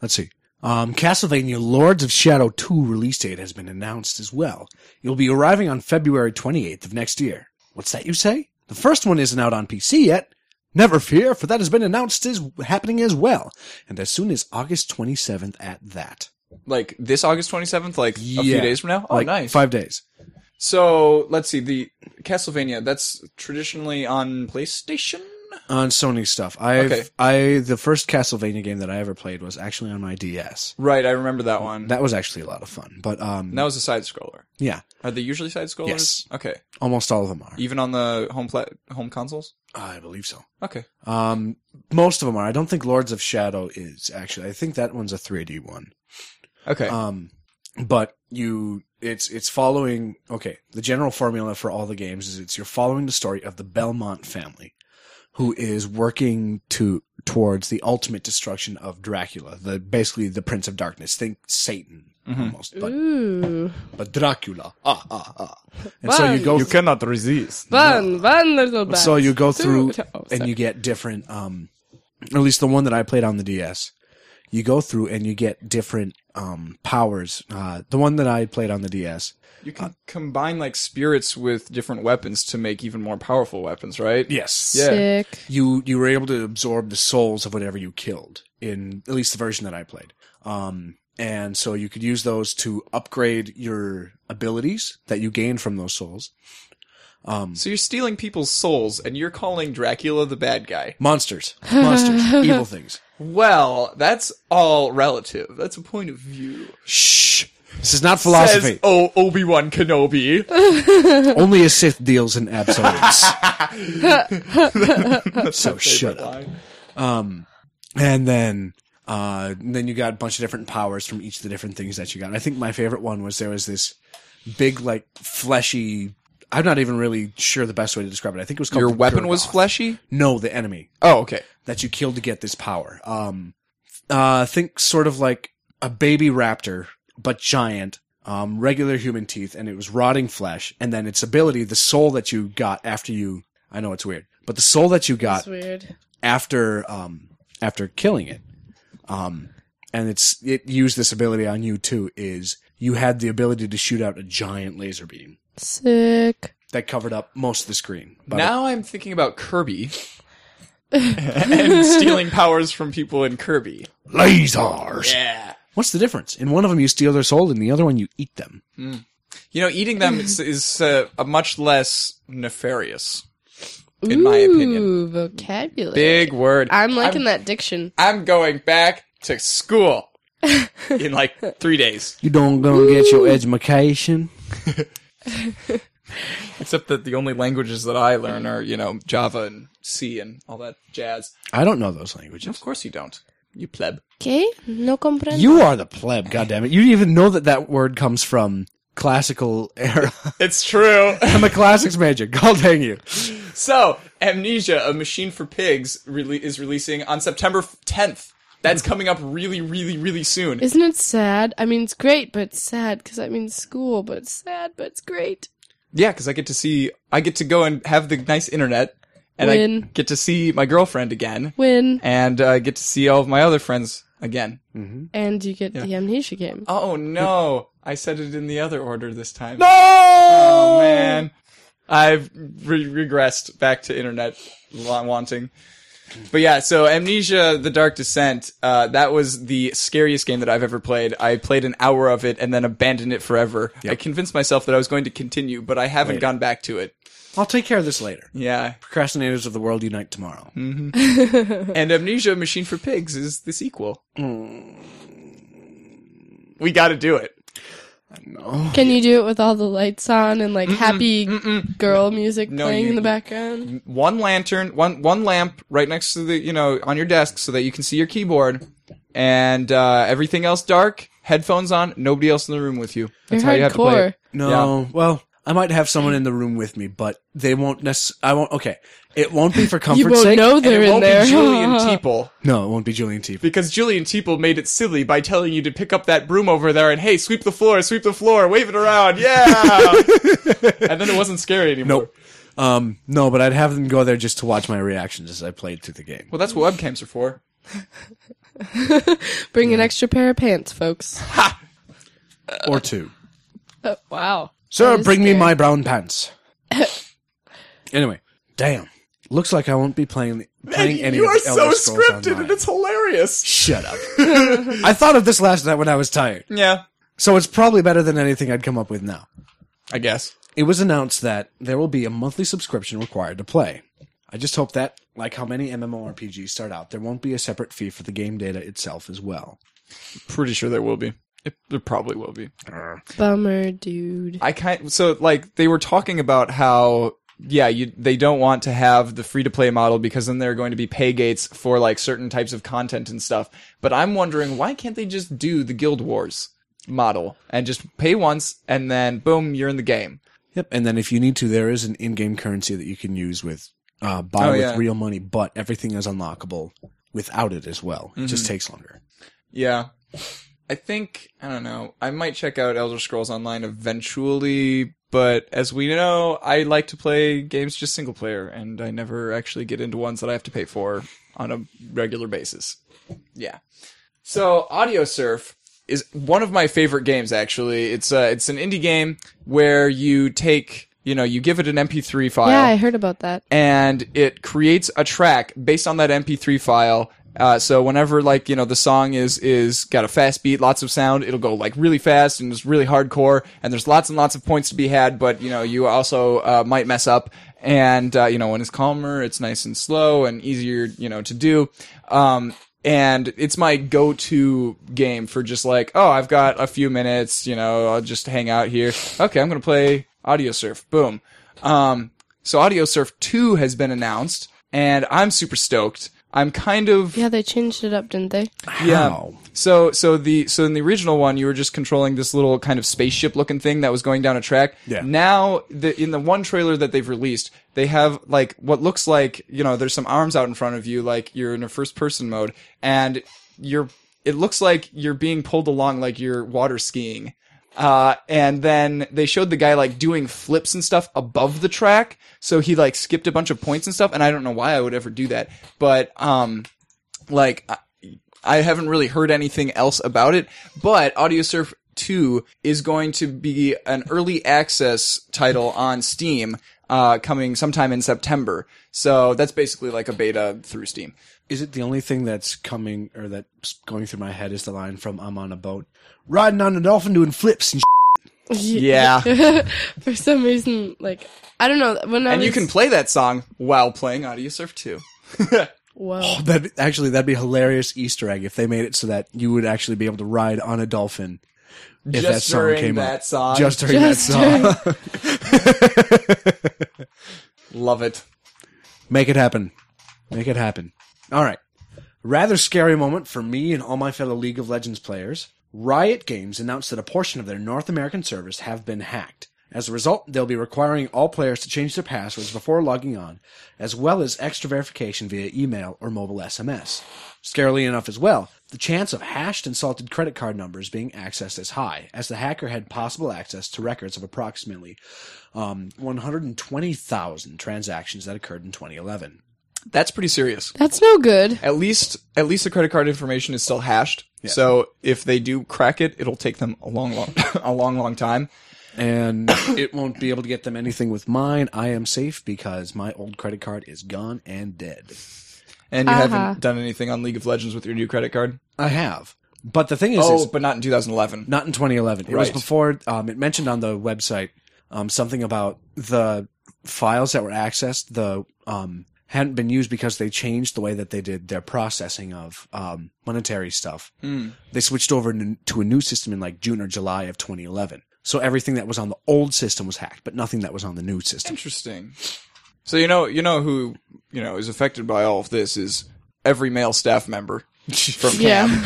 Speaker 1: Let's see. Um, Castlevania Lords of Shadow 2 release date has been announced as well. It'll be arriving on February 28th of next year. What's that you say? The first one isn't out on PC yet. Never fear, for that has been announced as happening as well, and as soon as August 27th at that.
Speaker 2: like this August 27th, like a few
Speaker 1: Yeah.
Speaker 2: days from now. Oh,
Speaker 1: Like,
Speaker 2: nice.
Speaker 1: Five days.
Speaker 2: so let's see the Castlevania. That's traditionally on PlayStation.
Speaker 1: On Sony stuff. I've,
Speaker 2: Okay.
Speaker 1: I, the first Castlevania game that I ever played was actually on my DS.
Speaker 2: Right, I remember that one. That,
Speaker 1: That was actually a lot of fun, but, um,
Speaker 2: was a side scroller.
Speaker 1: yeah,
Speaker 2: Are they usually side scrollers?
Speaker 1: Yes.
Speaker 2: Okay.
Speaker 1: almost all of them are.
Speaker 2: Even on the home pla- home consoles.
Speaker 1: I believe so.
Speaker 2: Okay.
Speaker 1: Um, most of them are. I don't think Lords of Shadow is actually. I think that one's a 3D one.
Speaker 2: Okay.
Speaker 1: Um, but you, it's it's following. Okay, the general formula for all the games is it's you're following the story of the Belmont family, who is working to towards the ultimate destruction of Dracula, the basically the Prince of Darkness. Think Satan
Speaker 2: Mm-hmm.
Speaker 1: almost, but
Speaker 3: Ooh.
Speaker 1: but Dracula. Ah ah ah. And so you go. through-
Speaker 2: cannot resist.
Speaker 3: Fun, fun little bat.
Speaker 1: so you go through
Speaker 3: oh,
Speaker 1: and you get different um at least the one that I played on the DS. You go through and you get different um powers. Uh the one that I played on the DS.
Speaker 2: You can combine like spirits with different weapons to make even more powerful weapons, right?
Speaker 1: Yes.
Speaker 2: Yeah.
Speaker 3: Sick.
Speaker 1: You you were able to absorb the souls of whatever you killed in at least the version that I played. Um and so you could use those to upgrade your abilities that you gained from those souls. Um
Speaker 2: So you're stealing people's souls, and you're calling Dracula the bad guy.
Speaker 1: monsters. Monsters. evil things.
Speaker 2: Well, that's all relative. That's a point of view.
Speaker 1: Shh. This is not philosophy.
Speaker 2: Says, oh, Obi Wan Kenobi.
Speaker 1: Only a Sith deals in absolutes. so shut up.
Speaker 2: Line.
Speaker 1: And then, uh, then you got a bunch of different powers from each of the different things that you got. I think my favorite one was there was this big, like fleshy. I'm not even really sure the best way to describe it. I think it was called
Speaker 2: Your
Speaker 1: the
Speaker 2: weapon was
Speaker 1: Gurgoth.
Speaker 2: fleshy?
Speaker 1: No, the enemy
Speaker 2: Oh, okay.
Speaker 1: that you killed to get this power. Um, uh, think sort of like a baby raptor, but giant, um, regular human teeth, and it was rotting flesh. And then its ability, the soul that you got after you, I know it's weird, but the soul that you got
Speaker 3: That's weird.
Speaker 1: after, um, after killing it, um, and it's, it used this ability on you too, is you had the ability to shoot out a giant laser beam
Speaker 3: Sick.
Speaker 1: that covered up most of the screen. But
Speaker 2: now I'm thinking about Kirby and stealing powers from people in Kirby.
Speaker 1: lasers!
Speaker 2: Yeah.
Speaker 1: What's the difference? In one of them you steal their soul, in the other one you eat them.
Speaker 2: You know, eating them is, is uh, a much less nefarious, in my opinion.
Speaker 3: Ooh, vocabulary.
Speaker 2: Big word.
Speaker 3: I'm liking that diction.
Speaker 2: I'm going back to school in like three days.
Speaker 1: You don't gonna get your education.
Speaker 2: Except that the only languages that I learn are, you know, Java and C and all that jazz.
Speaker 1: I don't know those languages.
Speaker 2: Of course you don't. You pleb.
Speaker 3: Okay, no comprendo.
Speaker 1: You are the pleb, goddammit. You didn't even know that that word comes from classical era.
Speaker 2: It's true.
Speaker 1: I'm a classics major. God dang you.
Speaker 2: So, Amnesia, a machine for pigs, rele- is releasing on September f- 10th. That's coming up really, really, really soon.
Speaker 3: Isn't it sad? I mean, it's great, but it's sad because that means school, but it's sad, but it's great.
Speaker 2: yeah, because I get to see, I get to go and have the nice internet, and I
Speaker 3: Win.
Speaker 2: get to see my girlfriend again,
Speaker 3: Win.
Speaker 2: and uh, get to see all of my other friends again.
Speaker 3: And you get the amnesia game.
Speaker 2: Oh no! I said it in the other order this time.
Speaker 1: No!
Speaker 2: Oh man, I've re- regressed back to internet wa- wanting. But yeah, so Amnesia: The Dark Descent. Uh, that was the scariest game that I've ever played. I played an hour of it and then abandoned it forever. I convinced myself that I was going to continue, but I haven't gone back to it.
Speaker 1: I'll take care of this later.
Speaker 2: Yeah,
Speaker 1: Procrastinators of the world unite tomorrow.
Speaker 2: and Amnesia: Machine for Pigs is the sequel. We got to do it.
Speaker 1: Oh,
Speaker 3: Can you do it with all the lights on and like happy girl music
Speaker 2: No,
Speaker 3: playing
Speaker 2: you-
Speaker 3: in the background?
Speaker 2: one lantern, one one lamp right next to the you know on your desk so that you can see your keyboard, and uh, everything else dark. Headphones on, nobody else in the room with you. That's
Speaker 3: You're
Speaker 2: how you have to play.
Speaker 3: hardcore.
Speaker 2: It.
Speaker 1: No, well, I might have someone in the room with me, but they won't necess- I won't. Okay, it won't be for
Speaker 3: You
Speaker 1: comfort's
Speaker 3: won't
Speaker 1: sake.
Speaker 3: know
Speaker 2: And
Speaker 3: they're
Speaker 2: it
Speaker 3: in
Speaker 2: won't
Speaker 3: there.
Speaker 2: be Julian Teeple
Speaker 1: No, it won't be Julian T.
Speaker 2: because Julian Teeple made it silly by telling you to pick up that broom over there and hey, sweep the floor, sweep the floor, wave it around, yeah. and then it wasn't scary anymore.
Speaker 1: Nope. Um, no, but I'd have them go there just to watch my reactions as I played through the game.
Speaker 2: Well, that's what webcams are for.
Speaker 3: Bring an extra pair of pants, folks.
Speaker 1: Or two.
Speaker 3: Oh, wow.
Speaker 1: Sir,
Speaker 3: That is
Speaker 1: bring me
Speaker 3: scary.
Speaker 1: my brown pants. anyway, damn. Looks like I won't be playing playing any
Speaker 2: you
Speaker 1: of
Speaker 2: are
Speaker 1: the Elder
Speaker 2: so
Speaker 1: Scrolls
Speaker 2: scripted
Speaker 1: Online.
Speaker 2: and it's hilarious.
Speaker 1: Shut up. I thought of this last night when I was tired,
Speaker 2: Yeah,
Speaker 1: so it's probably better than anything I'd come up with now.
Speaker 2: I guess.
Speaker 1: It was announced that there will be a monthly subscription required to play. I just hope that, like how many MMORPGs start out, there won't be a separate fee for the game data itself as well.
Speaker 2: Pretty sure there will be. It, there probably will be.
Speaker 3: Bummer, dude.
Speaker 2: I kind so like they were talking about how yeah you they don't want to have the free to play model because then there are going to be pay gates for like certain types of content and stuff. But I'm wondering why can't they just do the Guild Wars model and just pay once and then boom you're in the game.
Speaker 1: Yep. And then if you need to, there is an in-game currency that you can use with uh, buy
Speaker 2: Oh,
Speaker 1: with
Speaker 2: yeah.
Speaker 1: real money, but everything is unlockable without it as well. It just
Speaker 2: Mm-hmm.
Speaker 1: takes longer.
Speaker 2: Yeah. I think I don't know. I might check out Elder Scrolls Online eventually, but as we know, I like to play games just single player and I never actually get into ones that I have to pay for on a regular basis. Yeah. So, Audio Surf is one of my favorite games actually. It's uh it's an indie game where you take, you know, you give it an MP3 file
Speaker 3: yeah, I heard about that.
Speaker 2: and it creates a track based on that MP3 file. Uh, so whenever like you know the song is is got a fast beat, lots of sound, it'll go like really fast and it's really hardcore. And there's lots and lots of points to be had, but you know you also uh, might mess up. And uh, you know when it's calmer, it's nice and slow and easier you know to do. Um, and it's my go-to game for just like oh I've got a few minutes, you know I'll just hang out here. Okay, I'm gonna play Audio Surf. Boom. Um, so Audio Surf 2 has been announced, and I'm super stoked. I'm kind of
Speaker 3: Yeah, they changed it up, didn't they?
Speaker 2: yeah.
Speaker 1: How?
Speaker 2: So so the so in the original one you were just controlling this little kind of spaceship looking thing that was going down a track.
Speaker 1: Yeah.
Speaker 2: Now the in the one trailer that they've released, they have like what looks like, you know, there's some arms out in front of you like you're in a first person mode and you're it looks like you're being pulled along like you're water skiing. Uh, and then they showed the guy like doing flips and stuff above the track. So he like skipped a bunch of points and stuff. And I don't know why I would ever do that, but, um, like I, I haven't really heard anything else about it, but AudioSurf 2 is going to be an early access title on Steam uh, coming sometime in September. So that's basically like a beta through Steam.
Speaker 1: Is it the only thing that's coming or that's going through my head is the line from I'm on a boat riding on a dolphin doing flips and sh-
Speaker 2: Yeah.
Speaker 3: For some reason, like I don't know. When I
Speaker 2: And
Speaker 3: was,
Speaker 2: you can play that song while playing AudioSurf 2.
Speaker 3: Whoa.
Speaker 1: that actually that'd be a hilarious Easter egg if they made it so that you would actually be able to ride on a dolphin if
Speaker 2: Just
Speaker 1: that song
Speaker 2: during
Speaker 1: came
Speaker 2: that
Speaker 1: up.
Speaker 2: song.
Speaker 1: Just during
Speaker 3: Just
Speaker 1: that song.
Speaker 2: Love it.
Speaker 1: Make it happen. Make it happen. All right. Rather scary moment for me and all my fellow League of Legends players. Riot Games announced that a portion of their North American servers have been hacked, As a result, they'll be requiring all players to change their passwords before logging on, as well as extra verification via email or mobile SMS. Scarily enough, as well, the chance of hashed and salted credit card numbers being accessed is high, as the hacker had possible access to records of approximately um, 120,000 transactions that occurred in 2011.
Speaker 2: That's pretty serious.
Speaker 3: That's no good.
Speaker 2: At least, at least the credit card information is still hashed. So if they do crack it, it'll take them a long, long, a long, long time.
Speaker 1: and it won't be able to get them anything with mine. I am safe because my old credit card is gone and dead.
Speaker 2: And you
Speaker 3: Uh-huh.
Speaker 2: haven't done anything on League of Legends with your new credit card.
Speaker 1: I have. But the thing is,
Speaker 2: Oh,
Speaker 1: is
Speaker 2: but not in 2011.
Speaker 1: not in 2011. It was
Speaker 2: Right.
Speaker 1: before um, it mentioned on the website um, something about the files that were accessed. The um, hadn't been used because they changed the way that they did their processing of um, monetary stuff.
Speaker 2: Hmm.
Speaker 1: They switched over n- to a new system in like June or July of 2011. So everything that was on the old system was hacked, but nothing that was on the new system.
Speaker 2: Interesting. So you know, you know who you know is affected by all of this is every male staff member from camp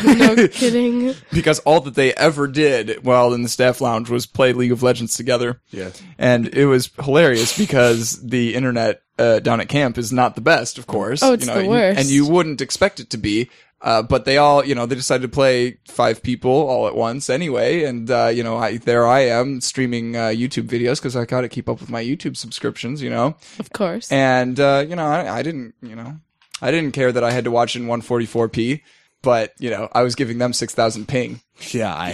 Speaker 3: Yeah, no kidding.
Speaker 2: because all that they ever did while in the staff lounge was play League of Legends together.
Speaker 1: Yeah.
Speaker 2: and it was hilarious because the internet uh, down at camp is not the best, of course.
Speaker 3: Oh, it's the
Speaker 2: and-
Speaker 3: worst.
Speaker 2: and you wouldn't expect it to be. Uh, but they all, you know, they decided to play five people all at once anyway, and uh, you know, I, there I am streaming uh, YouTube videos because I gotta keep up with my YouTube subscriptions, you know.
Speaker 3: Of course.
Speaker 2: And uh, you know, I, I didn't, you know, I didn't care that I had to watch in 144p, but you know, I was giving them 6,000 ping.
Speaker 1: Yeah, I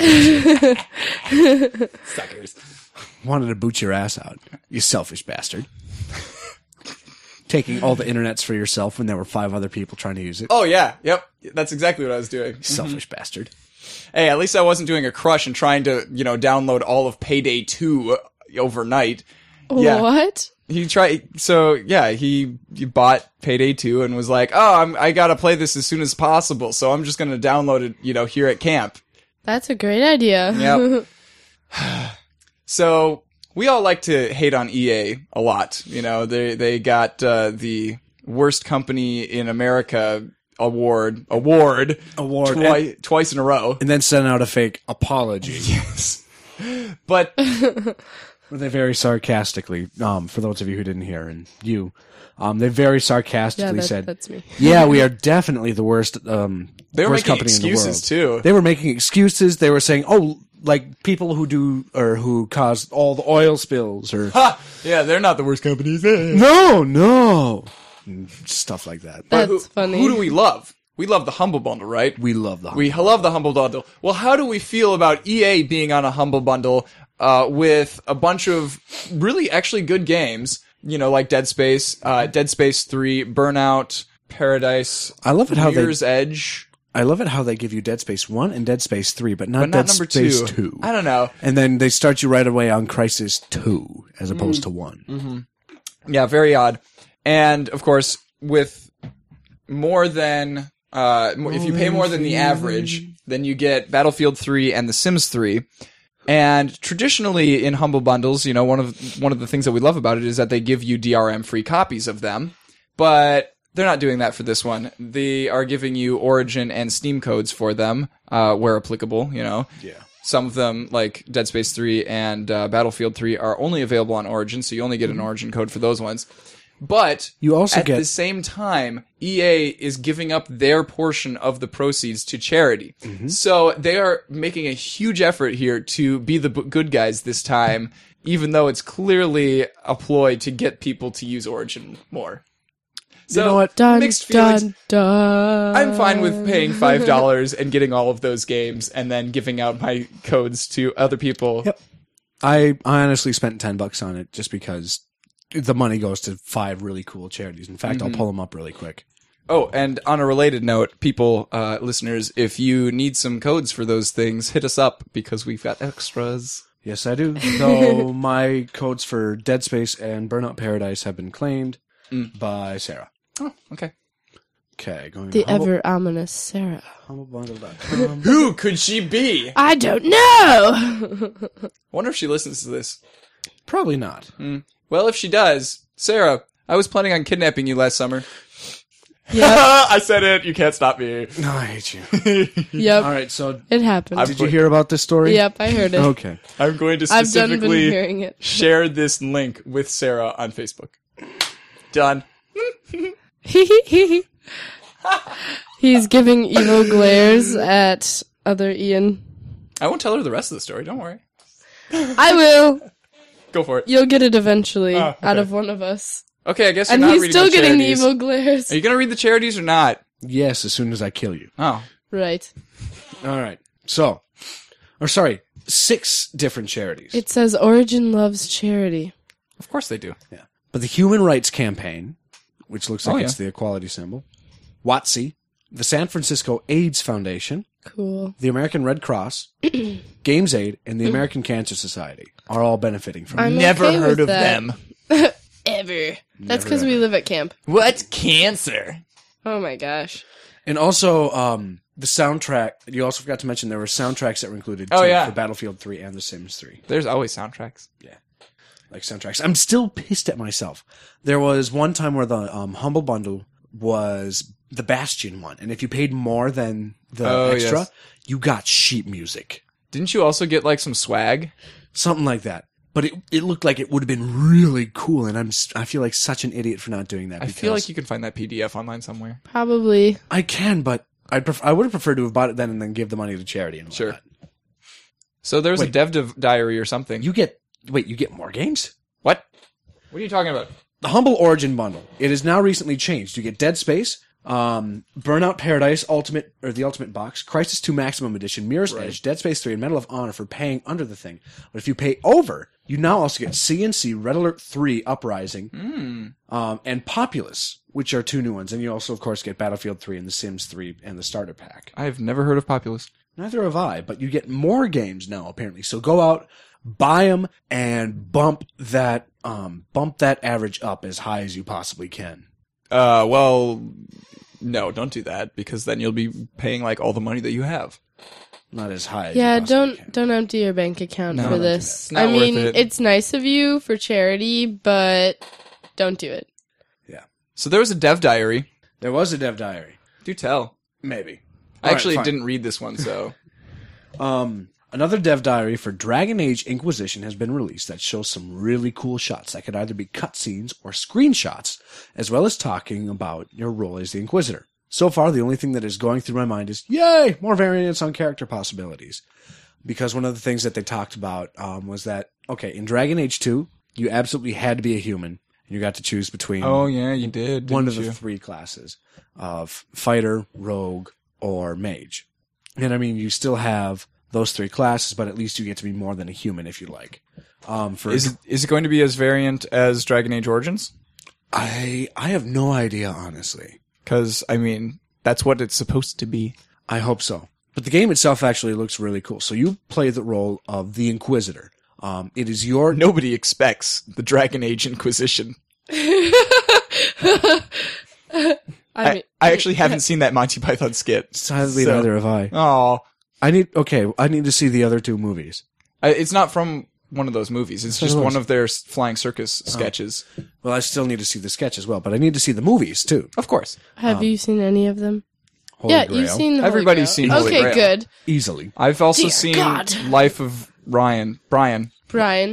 Speaker 2: Suckers.
Speaker 1: wanted to boot your ass out, you selfish bastard. Taking all the internets for yourself when there were five other people trying to use it.
Speaker 2: Oh yeah, yep, that's exactly what I was doing.
Speaker 1: Selfish bastard.
Speaker 2: Hey, at least I wasn't doing a crush and trying to, you know, download all of Payday 2 overnight. yeah.
Speaker 3: What?
Speaker 2: He tried, so yeah, he, he bought Payday 2 and was like, oh, I'm, I gotta play this as soon as possible, so I'm just gonna download it, you know, here at camp.
Speaker 3: That's a great idea.
Speaker 2: Yep. so we all like to hate on EA a lot. You know, they they got uh, the worst company in America award award
Speaker 1: Award.
Speaker 2: twi- twice in a row.
Speaker 1: And then sent out a fake apology.
Speaker 2: Yes. But
Speaker 1: They very sarcastically, um, for those of you who didn't hear, and you, um, they very sarcastically
Speaker 3: yeah, that,
Speaker 1: said,
Speaker 3: that's me.
Speaker 1: "Yeah, we are definitely the worst, um,
Speaker 2: they were
Speaker 1: worst
Speaker 2: making
Speaker 1: company
Speaker 2: excuses
Speaker 1: in the world."
Speaker 2: too.
Speaker 1: They were making excuses. They were saying, "Oh, like people who do or who caused all the oil spills or
Speaker 2: Ha! Yeah, they're not the worst companies. But
Speaker 1: no, no, and stuff like that."
Speaker 3: That's
Speaker 2: who,
Speaker 3: funny.
Speaker 2: Who do we love? We love the humble bundle, right?
Speaker 1: We love the
Speaker 2: We love the humble bundle. Well, how do we feel about EA being on a humble bundle uh, with a bunch of really actually good games? You know, like Dead Space, uh, Dead Space Three, Burnout, Paradise,
Speaker 1: I love it how
Speaker 2: Mirror's Edge,
Speaker 1: they. I love it how they give you Dead Space one and Dead Space three, but not,
Speaker 2: but
Speaker 1: Dead
Speaker 2: not number
Speaker 1: Space
Speaker 2: two.
Speaker 1: two.
Speaker 2: I don't know.
Speaker 1: and then they start you right away on Crisis two as opposed to one.
Speaker 2: Mm-hmm. Yeah, very odd. And of course, with more than uh, mo- if you pay more than the average, then you get Battlefield 3 and The Sims 3. And traditionally in humble bundles, you know, one of one of the things that we love about it is that they give you DRM free copies of them. But they're not doing that for this one. They are giving you Origin and Steam codes for them, uh, where applicable. You know,
Speaker 1: Yeah.
Speaker 2: some of them, like Dead Space 3 and uh, Battlefield 3, are only available on Origin, so you only get an Origin code for those ones. But
Speaker 1: Mm-hmm. You also
Speaker 2: at
Speaker 1: get
Speaker 2: the same time, EA is giving up their portion of the proceeds to charity.
Speaker 1: Mm-hmm.
Speaker 2: So they are making a huge effort here to be the b- good guys this time, even though it's clearly a ploy to get people to use Origin more. So,
Speaker 1: know what?
Speaker 3: Dun,
Speaker 2: mixed feelings.
Speaker 3: dun, dun.
Speaker 2: I'm fine with paying five dollars and getting all of those games, and then giving out my codes to other people.
Speaker 1: Yep. I I honestly spent ten bucks on it just because the money goes to five really cool charities. In fact,
Speaker 2: Mm-hmm.
Speaker 1: I'll pull them up really quick.
Speaker 2: Oh, and on a related note, people, uh, listeners, if you need some codes for those things, hit us up because we've got extras.
Speaker 1: Yes, I do. Though my codes for Dead Space and Burnout Paradise have been claimed by Sarah.
Speaker 2: Oh, okay.
Speaker 1: Okay, going
Speaker 3: the
Speaker 1: to humble,
Speaker 3: ever ominous Sarah.
Speaker 1: humblebundle.com.
Speaker 2: Who could she be?
Speaker 3: I don't know.
Speaker 2: Wonder if she listens to this.
Speaker 1: Probably not.
Speaker 2: Well, if she does, Sarah, I was planning on kidnapping you last summer.
Speaker 3: Yep.
Speaker 2: I said it. You can't stop me.
Speaker 1: No, I hate you.
Speaker 3: Yep.
Speaker 1: All right, so
Speaker 3: It happened.
Speaker 2: I've-
Speaker 1: did you hear about this story?
Speaker 3: yep, I heard it.
Speaker 1: Okay.
Speaker 2: I'm going to
Speaker 3: I've done been
Speaker 2: specifically
Speaker 3: hearing it.
Speaker 2: share this link with Sarah on Facebook. Done.
Speaker 3: He's giving evil glares at other Ian.
Speaker 2: I won't tell her the rest of the story. Don't worry.
Speaker 3: I will.
Speaker 2: Go for it.
Speaker 3: You'll get it eventually
Speaker 2: Ah, okay.
Speaker 3: out of one of us.
Speaker 2: Okay, I guess you're
Speaker 3: And
Speaker 2: not
Speaker 3: he's
Speaker 2: reading
Speaker 3: still
Speaker 2: the
Speaker 3: getting the
Speaker 2: charities.
Speaker 3: evil glares.
Speaker 2: Are you gonna read the charities or not?
Speaker 1: Yes, as soon as I kill you.
Speaker 2: Oh,
Speaker 3: Right.
Speaker 1: All right. So, or sorry, six different charities.
Speaker 3: It says Origin loves charity.
Speaker 2: of course they do.
Speaker 1: yeah. But the Human Rights Campaign, which looks like
Speaker 2: Oh,
Speaker 1: it's the equality symbol, WOTC, the San Francisco AIDS Foundation,
Speaker 3: Cool.
Speaker 1: the American Red Cross, Games Aid, and the American Cancer Society are all benefiting from it.
Speaker 3: I'm
Speaker 2: Never
Speaker 3: okay
Speaker 2: heard of
Speaker 3: with that.
Speaker 2: them.
Speaker 3: Ever. That's
Speaker 1: Never
Speaker 3: because we
Speaker 1: ever.
Speaker 3: live at camp.
Speaker 2: What cancer?
Speaker 3: Oh my gosh.
Speaker 1: And also, um, the soundtrack. You also forgot to mention there were soundtracks that were included.
Speaker 2: Oh,
Speaker 1: too,
Speaker 2: yeah.
Speaker 1: for Battlefield Three and The Sims Three,
Speaker 2: There's always soundtracks.
Speaker 1: like soundtracks. I'm still pissed at myself. There was one time where the um, Humble Bundle was the Bastion one, and if you paid more than the
Speaker 2: Oh,
Speaker 1: extra,
Speaker 2: yes.
Speaker 1: you got sheet music,
Speaker 2: Didn't you also get like some swag?
Speaker 1: something like that. But it, it looked like it would have been really cool, and I'm s- I feel like such an idiot for not doing that.
Speaker 2: I
Speaker 1: Because
Speaker 2: feel like you can find that PDF online somewhere.
Speaker 3: Probably.
Speaker 1: I can, but I pref- I would have preferred to have bought it then and then give the money to charity and
Speaker 2: Sure.
Speaker 1: whatnot.
Speaker 2: So there's a
Speaker 1: Wait.
Speaker 2: dev div- diary or something.
Speaker 1: You get wait, you get more games.
Speaker 2: what? What are you talking about?
Speaker 1: the Humble Origin bundle. It is now recently changed. You get Dead Space, um, Burnout Paradise Ultimate or the Ultimate Box, Crisis 2 Maximum Edition, Mirror's Edge, Dead Space 3, and Medal of Honor for paying under the thing. But if you pay over, you now also get CNC, Red Alert 3 Uprising,
Speaker 2: Hmm.
Speaker 1: um, and Populous, which are two new ones. And you also, of course, get Battlefield 3 and The Sims 3 and the Starter Pack.
Speaker 2: I've never heard of Populous.
Speaker 1: Neither have I, but you get more games now apparently. So go out, buy them, and bump that um bump that average up as high as you possibly can.
Speaker 2: Uh, well, no, don't do that because then you'll be paying like all the money that you have.
Speaker 1: Not as high. As
Speaker 3: Yeah,
Speaker 1: you possibly
Speaker 3: don't
Speaker 1: can.
Speaker 3: don't empty your bank account
Speaker 2: No,
Speaker 3: for
Speaker 2: don't do
Speaker 3: this.
Speaker 2: that. It's not
Speaker 3: I mean,
Speaker 2: worth it.
Speaker 3: it's nice of you for charity, but don't do it.
Speaker 2: So there was a dev diary.
Speaker 1: There was a dev diary,
Speaker 2: Do tell.
Speaker 1: maybe.
Speaker 2: I
Speaker 1: All right,
Speaker 2: actually
Speaker 1: fine.
Speaker 2: didn't read this one, so
Speaker 1: Um, another dev diary for Dragon Age Inquisition has been released that shows some really cool shots that could either be cutscenes or screenshots, as well as talking about your role as the Inquisitor. So far, the only thing that is going through my mind is, yay, more variants on character possibilities. Because one of the things that they talked about um, was that, okay, in Dragon Age 2, you absolutely had to be a human. and You got to choose between
Speaker 2: Oh, yeah, you did.
Speaker 1: one of the three classes of fighter, rogue, or mage. And I mean, you still have those three classes, but at least you get to be more than a human if you like. Um, for
Speaker 2: is it, is it going to be as variant as Dragon Age Origins?
Speaker 1: I, I have no idea, honestly.
Speaker 2: Because I mean, that's what it's supposed to be.
Speaker 1: I hope so. But the game itself actually looks really cool. So you play the role of the Inquisitor. Um, it is your
Speaker 2: Nobody expects the Dragon Age Inquisition.
Speaker 3: I,
Speaker 2: I,
Speaker 3: mean,
Speaker 2: I actually haven't seen that Monty Python skit.
Speaker 1: sadly
Speaker 2: So-
Speaker 1: neither have I.
Speaker 2: Oh,
Speaker 1: I need okay. I need to see the other two movies.
Speaker 2: it's not from one of those movies. It's just
Speaker 1: it was.
Speaker 2: one of their s- flying
Speaker 1: Oh.
Speaker 2: circus sketches.
Speaker 1: Well, I still need to see the sketch as well, but I need to see the movies too.
Speaker 2: Of course,
Speaker 3: have you seen any of them?
Speaker 1: um, Holy
Speaker 3: yeah, you've
Speaker 1: Grail.
Speaker 3: seen. Holy
Speaker 2: Everybody's
Speaker 3: Grail.
Speaker 2: seen Holy
Speaker 3: Okay,
Speaker 2: Grail.
Speaker 3: good,
Speaker 1: easily
Speaker 2: I've also
Speaker 3: Dear
Speaker 2: seen
Speaker 3: God.
Speaker 2: Life of Ryan. Brian.
Speaker 3: Brian.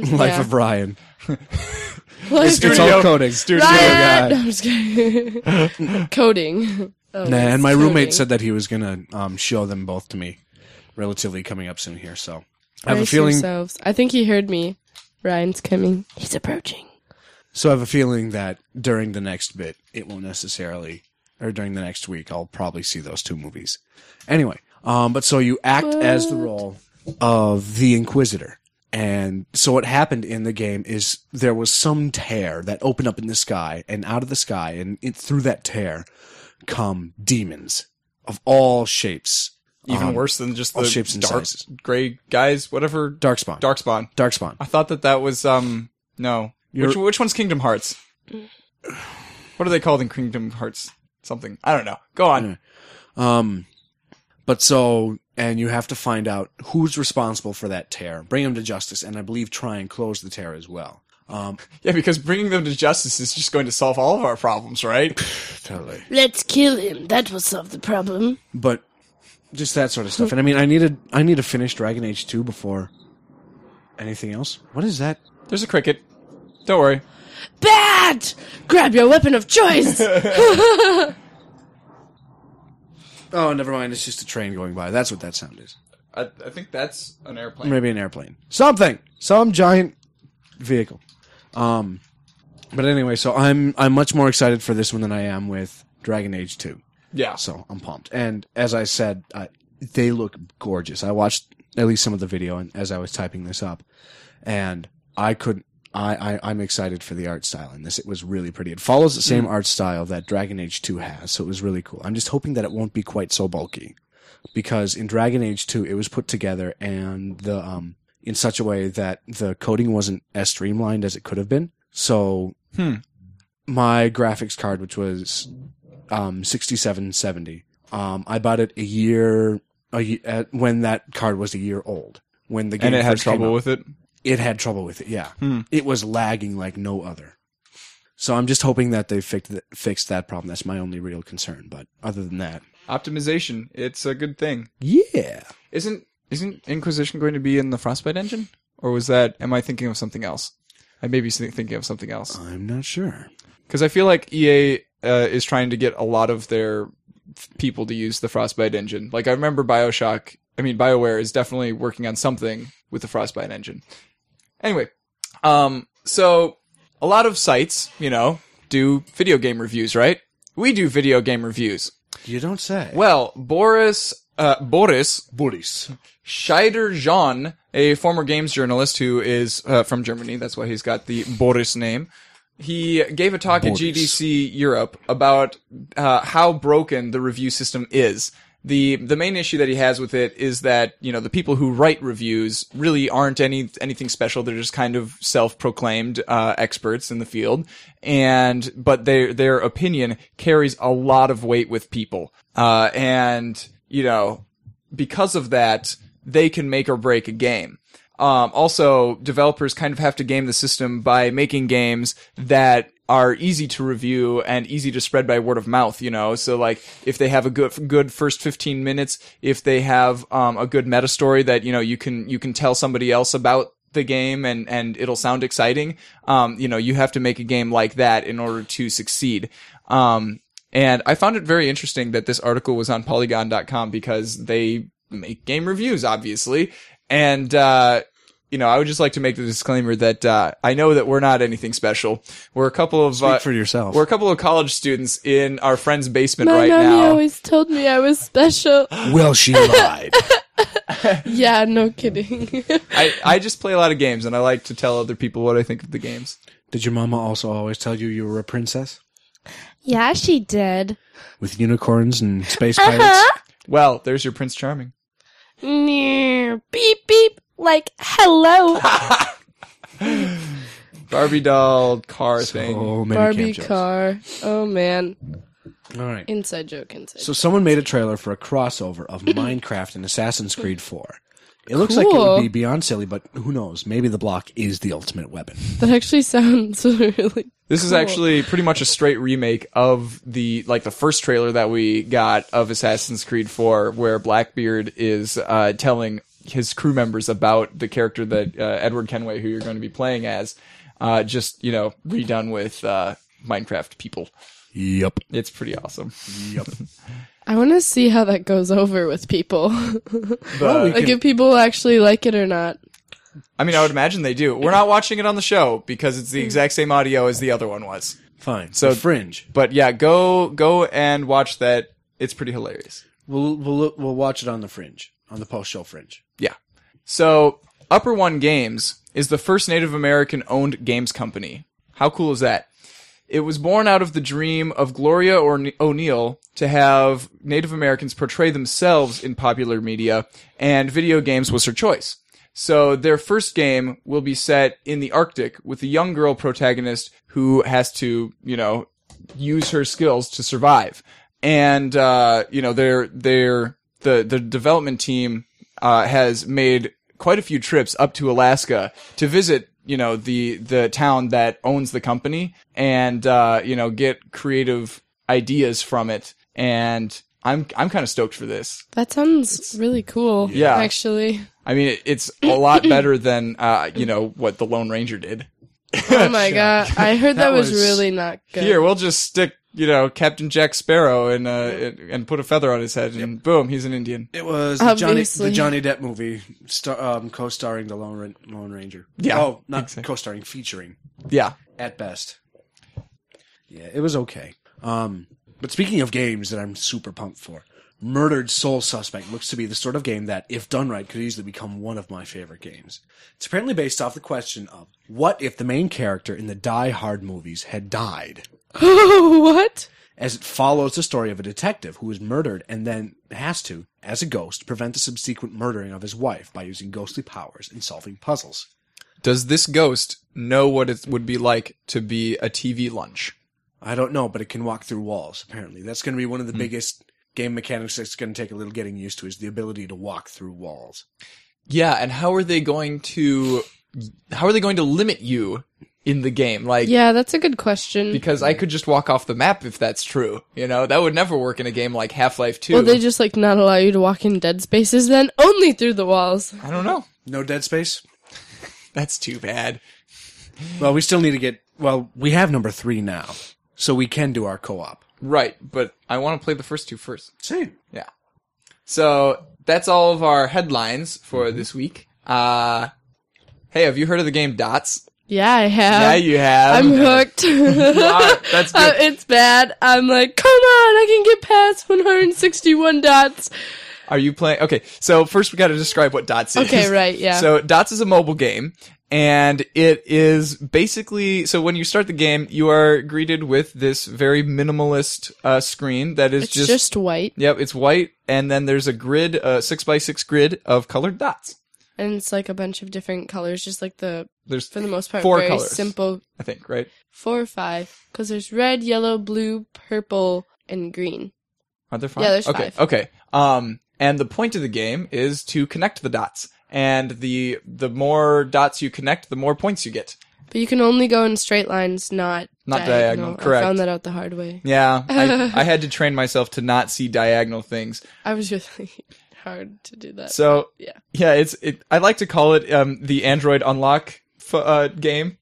Speaker 1: Life
Speaker 3: yeah.
Speaker 1: of Ryan.
Speaker 3: Life
Speaker 1: It's
Speaker 3: of
Speaker 1: all coding.
Speaker 2: Studio
Speaker 3: Brian.
Speaker 1: guy.
Speaker 3: No, I'm just kidding. Coding. Oh,
Speaker 1: Nah,
Speaker 3: yes,
Speaker 1: and my roommate
Speaker 3: coding.
Speaker 1: said that he was gonna um, show them both to me, relatively coming up soon here. So I have a
Speaker 3: Brace
Speaker 1: feeling.
Speaker 3: yourselves. I think he heard me. Ryan's coming. He's approaching.
Speaker 1: So I have a feeling that during the next bit, it won't necessarily, or during the next week, I'll probably see those two movies. Anyway, um, but so you act as the role of the Inquisitor. And so what happened in the game is there was some tear that opened up in the sky, and out of the sky, and it, through that tear, come demons of all shapes,
Speaker 2: Even
Speaker 1: Um,
Speaker 2: worse than just
Speaker 1: all
Speaker 2: the
Speaker 1: shapes and
Speaker 2: dark
Speaker 1: sizes.
Speaker 2: gray guys. Whatever.
Speaker 1: Darkspawn,
Speaker 2: Darkspawn.
Speaker 1: Darkspawn.
Speaker 2: I thought that that was um no. Which
Speaker 1: You're-
Speaker 2: which one's Kingdom Hearts?
Speaker 3: Mm.
Speaker 2: What are they called in Kingdom Hearts? Something I don't know. Go on.
Speaker 1: Um, but so, and you have to find out who's responsible for that tear, bring him to justice, and I believe try and close the tear as well. Um,
Speaker 2: Yeah, because bringing them to justice is just going to solve all of our problems, right?
Speaker 1: totally.
Speaker 3: Let's kill him. That will solve the problem.
Speaker 1: But just that sort of stuff. And I mean, I needed I need to finish Dragon Age two before anything else. What is that?
Speaker 2: There's a cricket. Don't worry.
Speaker 3: Bat! Grab your weapon of choice!
Speaker 1: Oh, never mind. It's just a train going by. That's what that sound is.
Speaker 2: I, I think that's an airplane.
Speaker 1: Maybe an airplane. Something. Some giant vehicle. Um, but anyway, so I'm I'm much more excited for this one than I am with Dragon Age two.
Speaker 2: Yeah.
Speaker 1: So I'm pumped. And as I said, I, they look gorgeous. I watched at least some of the video and as I was typing this up, and I could I, I I'm excited for the art style in this. It was really pretty. It follows the same art style that Dragon Age two has, so it was really cool. I'm just hoping that it won't be quite so bulky, because in Dragon Age two it was put together and the um in such a way that the coding wasn't as streamlined as it could have been. So
Speaker 2: Hmm.
Speaker 1: my graphics card, which was um, 6770. Um, I bought it a year, a ye- at, when that card was a year old. When the game
Speaker 2: And it had
Speaker 1: first came
Speaker 2: trouble
Speaker 1: out.
Speaker 2: with it.
Speaker 1: it had trouble with it. Yeah,
Speaker 2: Hmm.
Speaker 1: it was lagging like no other. So I'm just hoping that they fixed th- fixed that problem. That's my only real concern. But other than that,
Speaker 2: Optimization. It's a good thing.
Speaker 1: yeah,
Speaker 2: Isn't isn't Inquisition going to be in the Frostbite engine? Or was that? Am I thinking of something else? I may be think- thinking of something else.
Speaker 1: I'm not sure.
Speaker 2: Because I feel like EA uh, is trying to get a lot of their f- people to use the Frostbite engine. Like I remember BioShock. I mean, BioWare is definitely working on something with the Frostbite engine. Anyway, um, so a lot of sites, you know, do video game reviews, right? We do video game reviews.
Speaker 1: You don't say.
Speaker 2: Well, Boris, uh, Boris
Speaker 1: Boris.
Speaker 2: Scheider Jean, a former games journalist who is uh, from Germany, that's why he's got the Boris name. He gave a talk
Speaker 1: Boris.
Speaker 2: at GDC Europe about uh, how broken the review system is. The the main issue that he has with it is that you know the people who write reviews really aren't any anything special. They're just kind of self proclaimed uh, experts in the field, and but their their opinion carries a lot of weight with people. Uh, and you know because of that, they can make or break a game. Um, also, developers kind of have to game the system by making games that are easy to review and easy to spread by word of mouth. You know, so like if they have a good good first fifteen minutes, if they have um, a good meta story that you know you can you can tell somebody else about the game and and it'll sound exciting. Um, you know, you have to make a game like that in order to succeed. Um, and I found it very interesting that this article was on polygon.com because they make game reviews, obviously. And, uh, you know, I would just like to make the disclaimer that, uh, I know that we're not anything special. We're a couple of, uh,
Speaker 1: Speak for yourself.
Speaker 2: we're a couple of college students in our friend's basement
Speaker 3: My
Speaker 2: right
Speaker 3: mommy
Speaker 2: now.
Speaker 3: always told me I was special.
Speaker 1: Well, she lied.
Speaker 3: yeah, no kidding.
Speaker 2: I, I just play a lot of games and I like to tell other people what I think of the games.
Speaker 1: Did your mama also always tell you you were a princess
Speaker 3: yeah, she did.
Speaker 1: with unicorns and space
Speaker 3: Uh-huh.
Speaker 1: pirates?
Speaker 2: Well, there's your Prince Charming.
Speaker 3: Near. Beep, beep. Like, hello.
Speaker 2: Barbie doll car thing.
Speaker 1: Oh, many
Speaker 3: Barbie
Speaker 1: camp jokes.
Speaker 3: car. Oh, man.
Speaker 1: All right.
Speaker 3: Inside joke, inside
Speaker 1: So someone made a trailer for a crossover of Minecraft and Assassin's Creed 4. It looks like it would
Speaker 3: Cool.
Speaker 1: be beyond silly, but who knows? Maybe the block is the ultimate weapon.
Speaker 3: joke. That actually sounds really.
Speaker 2: This is
Speaker 3: Cool.
Speaker 2: actually pretty much a straight remake of the like the first trailer that we got of Assassin's Creed 4, where Blackbeard is uh, telling his crew members about the character that uh, Edward Kenway, who you're going to be playing as, uh, just you know redone with uh, Minecraft people.
Speaker 1: Yep.
Speaker 2: It's pretty awesome.
Speaker 1: Yep.
Speaker 3: I want to see how that goes over with people.
Speaker 1: Well, we
Speaker 3: like,
Speaker 1: can-
Speaker 3: if people actually like it or not.
Speaker 2: I mean, I would imagine they do. We're not watching it on the show because it's the exact same audio as the other one was.
Speaker 1: fine. So
Speaker 2: So-
Speaker 1: Fringe.
Speaker 2: But yeah, go go and watch that. It's pretty hilarious.
Speaker 1: We'll we'll we'll watch it on the Fringe, on the post show Fringe.
Speaker 2: Yeah. So Upper One Games is the first Native American owned games company. How cool is that? It was born out of the dream of Gloria or- O'Neill to have Native Americans portray themselves in popular media, and video games was her choice. So their first game will be set in the Arctic with a young girl protagonist who has to, you know, use her skills to survive. And uh, you know, their their the the development team uh, has made quite a few trips up to Alaska to visit. you know the the town that owns the company and uh, you know get creative ideas from it. And I'm I'm kind of stoked for this.
Speaker 3: That sounds really cool.
Speaker 2: Yeah.
Speaker 3: Actually.
Speaker 2: I mean, it, it's a lot better than uh, you know what the Lone Ranger did.
Speaker 3: Oh my god. I heard that,
Speaker 1: That
Speaker 3: was,
Speaker 1: was-
Speaker 3: really not good.
Speaker 2: Here, we'll just stick you know Captain Jack Sparrow and uh, and- and put a feather on his head, and boom, he's an Indian.
Speaker 1: It was the Johnny, the
Speaker 3: Obviously.
Speaker 1: Johnny Depp movie, star, um, co-starring the Lone, Ran- Lone Ranger.
Speaker 2: Yeah,
Speaker 1: oh, not
Speaker 2: exactly.
Speaker 1: co-starring, featuring
Speaker 2: Yeah.
Speaker 1: at best. Yeah, it was okay. Um, but speaking of games that I'm super pumped for, Murdered Soul Suspect looks to be the sort of game that, if done right, could easily become one of my favorite games. It's apparently based off the question of what if the main character in the Die Hard movies had died?
Speaker 3: what?
Speaker 1: as it follows the story of a detective who is murdered and then has to, as a ghost, prevent the subsequent murdering of his wife by using ghostly powers and solving puzzles.
Speaker 2: Does this ghost know what it would be like to be a TV lunch?
Speaker 1: I don't know, but it can walk through walls, apparently. That's going to be one of
Speaker 2: Hmm.
Speaker 1: the biggest game mechanics that's going to take a little getting used to is the ability to walk through walls.
Speaker 2: Yeah, and how are they going to how are they going to limit you in the game? Like
Speaker 3: Yeah, that's a good question.
Speaker 2: because I could just walk off the map if that's true. You know, that would never work in a game like Half-Life 2.
Speaker 3: Will they just like not allow you to walk in dead spaces then? Only through the walls.
Speaker 2: I don't know.
Speaker 1: No dead space?
Speaker 2: That's too bad.
Speaker 1: Well, we still need to get, well, we have number three now, so we can do our co-op.
Speaker 2: Right, but I want to play the first two first.
Speaker 1: Same.
Speaker 2: Yeah. So, that's all of our headlines for this week. Uh Hey, have you heard of the game Dots?
Speaker 3: Yeah, I
Speaker 2: yeah,
Speaker 3: have.
Speaker 2: you have.
Speaker 3: Um, I'm hooked.
Speaker 2: are. That's good.
Speaker 3: Uh, it's bad. I'm like, come on, I can get past 161 dots.
Speaker 2: Are you playing? Okay, so first we got to describe what Dots is.
Speaker 3: Okay, right, yeah.
Speaker 2: So Dots is a mobile game, and it is basically so when you start the game, you are greeted with this very minimalist uh, screen that is
Speaker 3: It's just, white,
Speaker 2: yep, it's white, and then there's a grid, a six by six grid of colored dots.
Speaker 3: and it's like a bunch of different colors, just like the,
Speaker 2: There's
Speaker 3: for the most part,
Speaker 2: Four
Speaker 3: very
Speaker 2: colors.
Speaker 3: simple
Speaker 2: I think right.
Speaker 3: four or five, because there's red, yellow, blue, purple, and green.
Speaker 2: Are there five?
Speaker 3: Yeah, there's
Speaker 2: okay,
Speaker 3: five.
Speaker 2: Okay. Um, and the point of the game is to connect the dots, and the the more dots you connect, the more points you get.
Speaker 3: But you can only go in straight lines, not
Speaker 2: Not diagonal, correct.
Speaker 3: I found that out the hard way.
Speaker 2: Yeah, I, I had to train myself to not see diagonal things.
Speaker 3: I was really hard to do that.
Speaker 2: So
Speaker 3: yeah,
Speaker 2: yeah, it's it, I like to call it um, the Android unlock f- uh, game.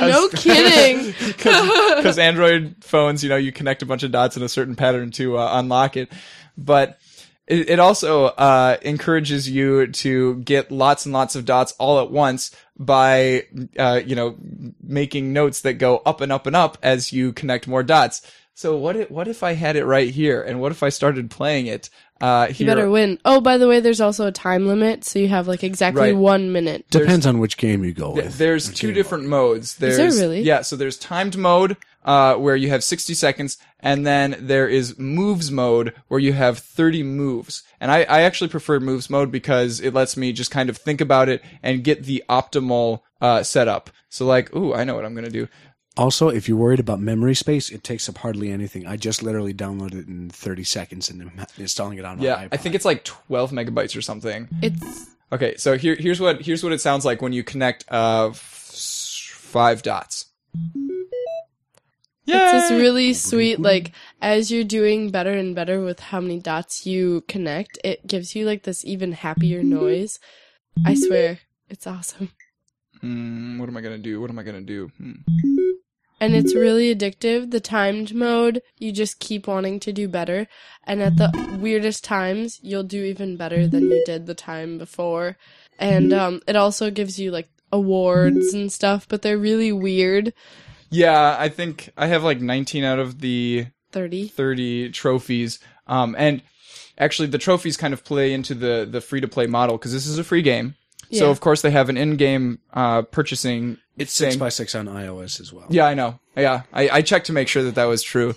Speaker 3: no
Speaker 2: Because-
Speaker 3: kidding.
Speaker 2: because Android phones, you know, you connect a bunch of dots in a certain pattern to uh, unlock it. But it, it also uh, encourages you to get lots and lots of dots all at once by, uh, you know, making notes that go up and up and up as you connect more dots. So what if, what if I had it right here, and what if I started playing it uh,
Speaker 3: You
Speaker 2: here?
Speaker 3: better win. Oh, by the way, there's also a time limit, so you have like exactly
Speaker 2: Right.
Speaker 3: one minute.
Speaker 1: Depends on which game you go
Speaker 2: Th-
Speaker 1: with.
Speaker 2: There's two different modes. There's,
Speaker 3: there really?
Speaker 2: Yeah, so there's timed mode, uh, where you have 60 seconds, and then there is moves mode, where you have 30 moves. And I, I actually prefer moves mode because it lets me just kind of think about it and get the optimal, uh, setup. So like, ooh, I know what I'm gonna do.
Speaker 1: Also, if you're worried about memory space, it takes up hardly anything. I just literally downloaded it in 30 seconds and I'm installing it on my
Speaker 2: Yeah,
Speaker 1: iPod.
Speaker 2: I think it's like 12 megabytes or something.
Speaker 3: It's
Speaker 2: Okay, so here, here's what, here's what it sounds like when you connect, uh, f- five dots.
Speaker 3: it's this
Speaker 2: Yay!
Speaker 3: really sweet like as you're doing better and better with how many dots you connect, it gives you like this even happier noise. I swear, it's awesome.
Speaker 2: Mm, what am I gonna do? What am I gonna do? Hmm.
Speaker 3: And it's really addictive. The timed mode, you just keep wanting to do better. And at the weirdest times, you'll do even better than you did the time before. And um, it also gives you like awards and stuff, but they're really weird.
Speaker 2: Yeah, I think I have like 19 out of the
Speaker 3: 30.
Speaker 2: 30 trophies. Um, and actually, the trophies kind of play into the the free to play model because this is a free game. So
Speaker 3: Yeah.
Speaker 2: of course they have an in game uh, purchasing.
Speaker 1: It's
Speaker 2: thing.
Speaker 1: six by six on iOS as well.
Speaker 2: Yeah, I know. Yeah, I, I checked to make sure that that was true.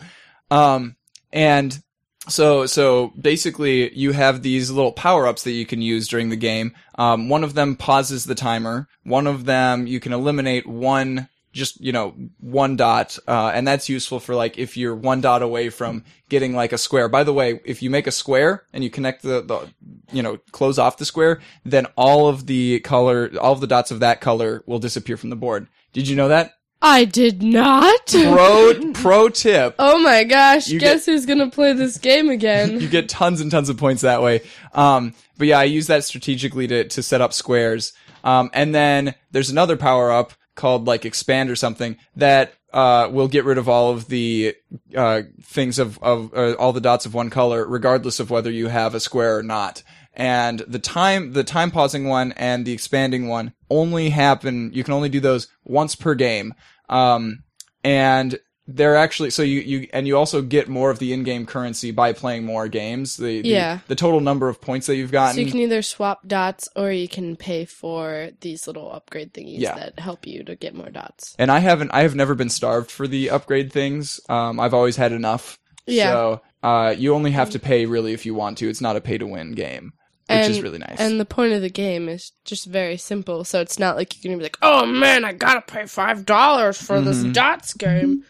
Speaker 2: Um, and so so basically, you have these little power ups that you can use during the game. Um, one of them pauses the timer. One of them you can eliminate one. Just you know, one dot, uh, and that's useful for like if you're one dot away from getting like a square. By the way, if you make a square and you connect the, the you know, close off the square, then all of the color, all of the dots of that color will disappear from the board. Did you know that?
Speaker 3: I did not.
Speaker 2: Pro, pro tip.
Speaker 3: Oh my gosh!
Speaker 2: You
Speaker 3: Guess who's gonna play this game
Speaker 2: you
Speaker 3: again?
Speaker 2: get tons and tons of points that way. Um, but yeah, I use that strategically to, to set up squares. Um, and then there's another power up called like expand or something that, uh, will get rid of all of the, uh, things of, of, uh, all the dots of one color, regardless of whether you have a square or not. And the time, the time pausing one and the expanding one only happen, you can only do those once per game. Um, and they're actually so you you and you also get more of the in-game currency by playing more games. The, the
Speaker 3: Yeah.
Speaker 2: the total number of points that you've gotten.
Speaker 3: So you can either swap dots or you can pay for these little upgrade thingies
Speaker 2: Yeah.
Speaker 3: that help you to get more dots.
Speaker 2: and I haven't I have never been starved for the upgrade things. Um, I've always had enough.
Speaker 3: Yeah.
Speaker 2: So uh, you only have to pay really if you want to. It's not a pay to win game, which is really nice.
Speaker 3: And the point of the game is just very simple, so it's not like you're gonna be like, "Oh man, I gotta pay five dollars for this
Speaker 2: Mhm.
Speaker 3: dots game."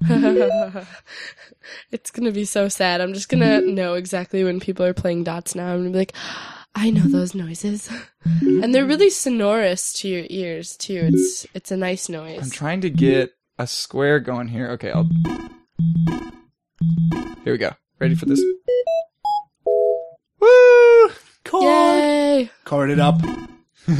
Speaker 3: it's gonna be so sad. I'm just gonna know exactly when people are playing dots now. I'm gonna be like, "I know those noises," and they're really sonorous to your ears too. It's it's a nice
Speaker 2: I'm
Speaker 3: noise.
Speaker 2: trying to get a square going here. Okay, I'll. Here we go. Ready for this? Woo! Cool.
Speaker 3: Yay!
Speaker 1: Card it up.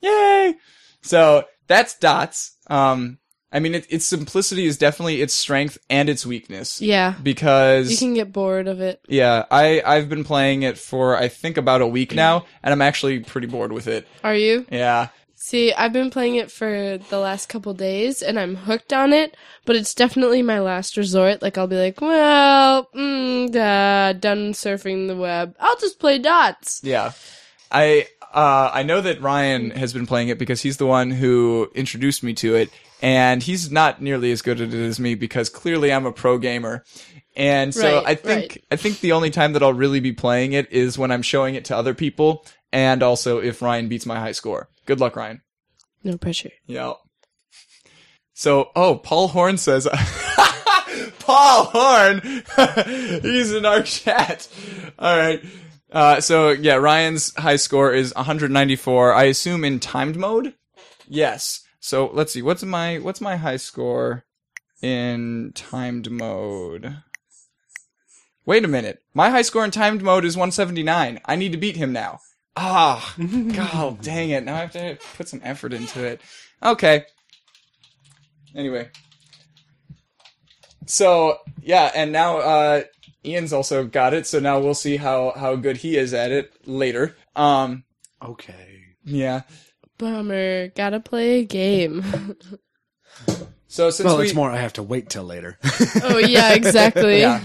Speaker 2: Yay! So that's dots. Um, I mean, it, its simplicity is definitely its strength and its weakness
Speaker 3: Yeah,
Speaker 2: because
Speaker 3: you can get bored of it.
Speaker 2: yeah, I I've been playing it for I think about a week now, and I'm actually pretty bored with it.
Speaker 3: Are you?
Speaker 2: Yeah,
Speaker 3: See, I've been playing it for the last couple days and I'm hooked on it, but it's definitely my last resort. Like, I'll be like, well, mm, uh, done surfing the web. I'll just play dots.
Speaker 2: yeah. I uh I know that Ryan has been playing it because he's the one who introduced me to it, and he's not nearly as good at it as me because clearly I'm a pro gamer. And so
Speaker 3: Right,
Speaker 2: I think
Speaker 3: right.
Speaker 2: I think the only time that I'll really be playing it is when I'm showing it to other people, and also if Ryan beats my high score. Good luck, Ryan.
Speaker 3: No pressure.
Speaker 2: Yeah. So, oh, Paul Horn says, Paul Horn, he's in our chat. All right. Uh, so yeah, Ryan's high score is 194. I assume in timed mode. Yes. So let's see. What's my what's my high score in timed mode? Wait a minute. My high score in timed mode is 179. I need to beat him now. Ah, god dang it. Now I have to put some effort into it. Okay. Anyway. So, yeah, and now uh Ian's also got it, so now we'll see how how good he is at it later. Um
Speaker 1: Okay.
Speaker 2: yeah.
Speaker 3: Bummer. Gotta play a game.
Speaker 2: So since
Speaker 1: well,
Speaker 2: we
Speaker 1: it's more I have to wait till later.
Speaker 3: oh, yeah, exactly.
Speaker 2: Yeah.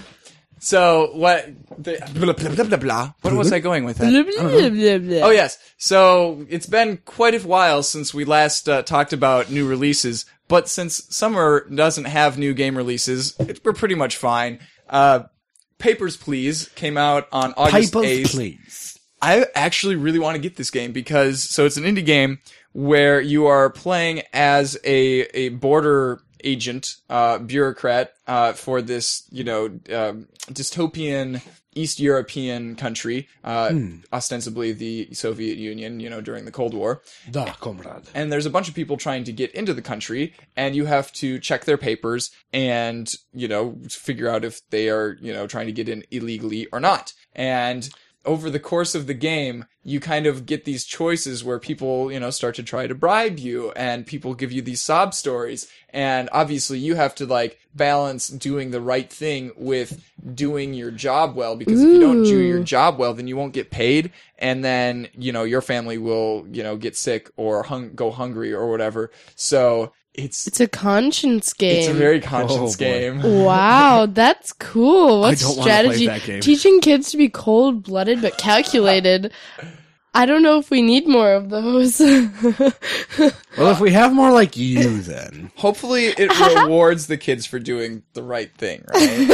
Speaker 2: So what the blah, blah, blah, blah, blah. What was I going with that?
Speaker 3: Blah, blah, blah, blah.
Speaker 2: Oh yes. So it's been quite a while since we last uh, talked about new releases, but since summer doesn't have new game releases, it, we're pretty much fine. Uh, Papers, please came out on August
Speaker 1: Papers,
Speaker 2: eighth.
Speaker 1: please.
Speaker 2: I actually really want to get this game because so it's an indie game where you are playing as a a border agent, uh, bureaucrat uh, for this you know um dystopian East European country, uh, ostensibly the Soviet Union, you know during the Cold War
Speaker 1: Da, comrade.
Speaker 2: and there's a bunch of people trying to get into the country and you have to check their papers and you know figure out if they are you know trying to get in illegally or not and over the course of the game you kind of get these choices where people you know start to try to bribe you and people give you these sob stories and obviously you have to like balance doing the right thing with doing your job well because if you don't do your
Speaker 3: Ooh.
Speaker 2: job well, then you won't get paid, and then you know your family will you know get sick or hung- go hungry or whatever. So it's
Speaker 3: It's a conscience game.
Speaker 2: it's a very conscience
Speaker 1: Oh, boy.
Speaker 2: game.
Speaker 3: Wow, that's cool. What
Speaker 1: don't wanna
Speaker 3: strategy?
Speaker 1: play that game.
Speaker 3: Teaching kids to be cold blooded but calculated. I don't know if we need more of those.
Speaker 1: Well, if we have more like you, then
Speaker 2: Hopefully, it rewards the kids for doing the right thing. Right?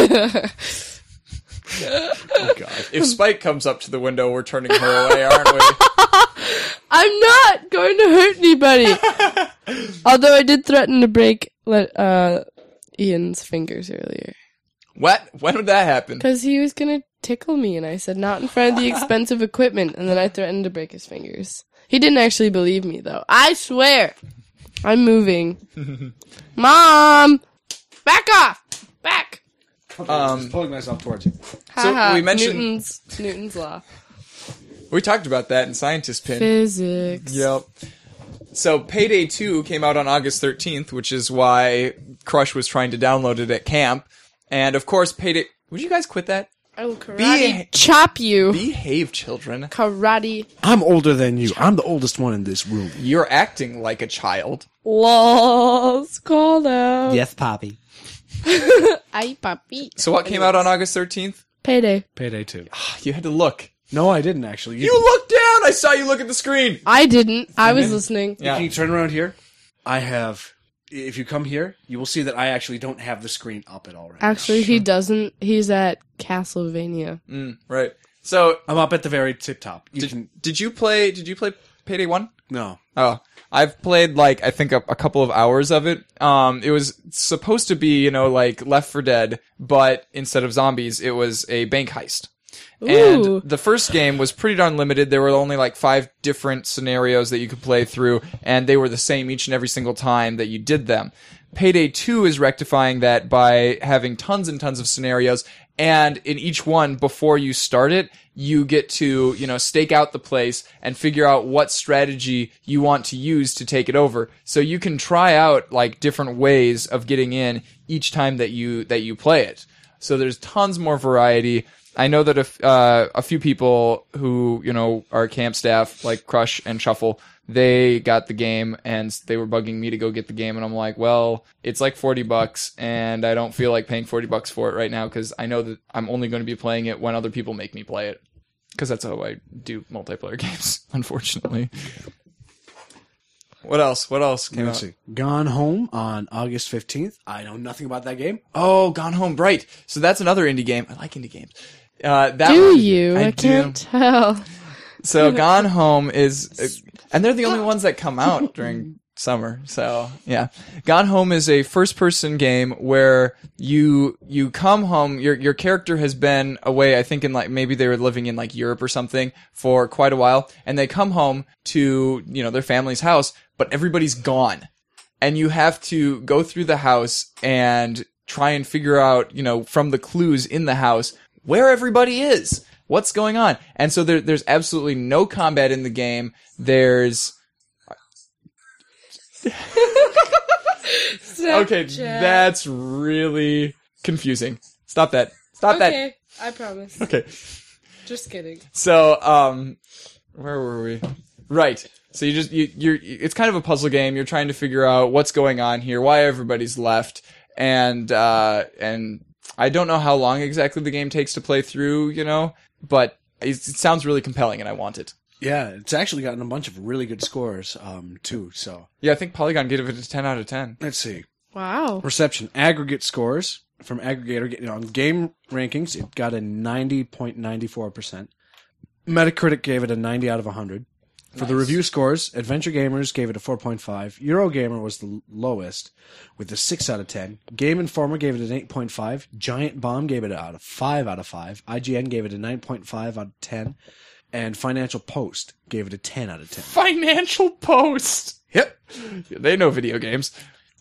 Speaker 1: oh god,
Speaker 2: if Spike comes up to the window, we're turning her away, aren't we?
Speaker 3: I'm not going to hurt anybody. Although I did threaten to break let, uh, Ian's fingers earlier.
Speaker 2: What? When would that happen?
Speaker 3: Because he was going to tickle me. And I said, not in front of the expensive equipment. And then I threatened to break his fingers. He didn't actually believe me though. I swear. I'm moving. Mom! Back off! Back!
Speaker 2: Um,
Speaker 1: pulling myself towards you.
Speaker 2: So
Speaker 3: Haha,
Speaker 2: we mentioned-
Speaker 3: Newton's, Newton's law.
Speaker 2: We talked about that in Scientist Pin.
Speaker 3: Physics.
Speaker 2: Yep. So Payday 2 came out on August 13th, which is why Crush was trying to download it at camp. And of course, Payday. Would you guys quit that?
Speaker 3: I will karate
Speaker 2: Be-
Speaker 3: chop you.
Speaker 2: Behave, children.
Speaker 3: karate.
Speaker 1: I'm older than you. I'm the oldest one in this room.
Speaker 2: You're acting like a child.
Speaker 3: Lols. Called out.
Speaker 4: Yes, Poppy.
Speaker 3: I puppy.
Speaker 2: So what came out on August 13th?
Speaker 3: Payday.
Speaker 1: Payday two.
Speaker 2: You had to look.
Speaker 1: No, I didn't actually.
Speaker 2: You looked down. I saw you look at the screen.
Speaker 3: I didn't. I was listening.
Speaker 1: Can
Speaker 2: Yeah.
Speaker 1: you turn around here? I have. If you come here, you will see that I actually don't have the screen up at all right. now.
Speaker 3: Actually, he doesn't. He's at Castlevania.
Speaker 2: Mm, right. So
Speaker 1: I'm up at the very tip top. You
Speaker 2: did,
Speaker 1: can
Speaker 2: did you play? Did you play Payday 1?
Speaker 1: no.
Speaker 2: Oh, I've played like I think a, a couple of hours of it. Um, it was supposed to be you know like Left for Dead, but instead of zombies, it was a bank heist.
Speaker 3: Ooh.
Speaker 2: And the first game was pretty darn limited. There were only like five different scenarios that you could play through, and they were the same each and every single time that you did them. Payday 2 is rectifying that by having tons and tons of scenarios, and in each one, before you start it, you get to, you know, stake out the place and figure out what strategy you want to use to take it over. So you can try out like different ways of getting in each time that you, that you play it. So there's tons more variety. I know that a, f- uh, a few people who you know are camp staff, like Crush and Shuffle, they got the game and they were bugging me to go get the game, and I'm like, well, it's like forty bucks, and I don't feel like paying forty bucks for it right now because I know that I'm only going to be playing it when other people make me play it, because that's how I do multiplayer games, unfortunately. What else? What else came
Speaker 1: Let's see.
Speaker 2: out?
Speaker 1: Uh, Gone home on August fifteenth. I know nothing about that game.
Speaker 2: Oh, Gone Home Bright. So that's another indie game. I like indie games. Uh, that
Speaker 3: Do
Speaker 2: one-
Speaker 3: you? I,
Speaker 2: do.
Speaker 3: can't tell.
Speaker 2: So Gone Home is, and they're the only ones that come out during summer. So yeah, Gone Home is a first-person game where you you come home. Your your character has been away. I think in like maybe they were living in like Europe or something for quite a while, and they come home to you know their family's house, but everybody's gone and you have to go through the house and try and figure out, you know, from the clues in the house where everybody is, what's going on. And so there, there's absolutely no combat in the game. There's okay, that's really confusing. Stop that. Stop that.
Speaker 3: okay. I promise.
Speaker 2: Okay.
Speaker 3: Just kidding.
Speaker 2: So, um, where were we? Right. So you just you you're it's kind of a puzzle game. You're trying to figure out what's going on here, why everybody's left, and uh, and I don't know how long exactly the game takes to play through. You know, but it, it sounds really compelling, and I want it.
Speaker 1: Yeah, it's actually gotten a bunch of really good scores um, too. So
Speaker 2: Yeah, I think Polygon gave it a ten out of ten.
Speaker 1: let's see.
Speaker 3: Wow.
Speaker 1: Reception aggregate scores from aggregator on game rankings. It got a ninety point ninety four percent. Metacritic gave it a ninety out of hundred. For the review scores, Adventure Gamers gave it a 4.5. Eurogamer was the l- lowest with a 6 out of 10. Game Informer gave it an 8.5. Giant Bomb gave it out of 5 out of 5. IGN gave it a 9.5 out of 10. And Financial Post gave it a 10 out of 10.
Speaker 2: Financial Post.
Speaker 1: Yep.
Speaker 2: They know video games.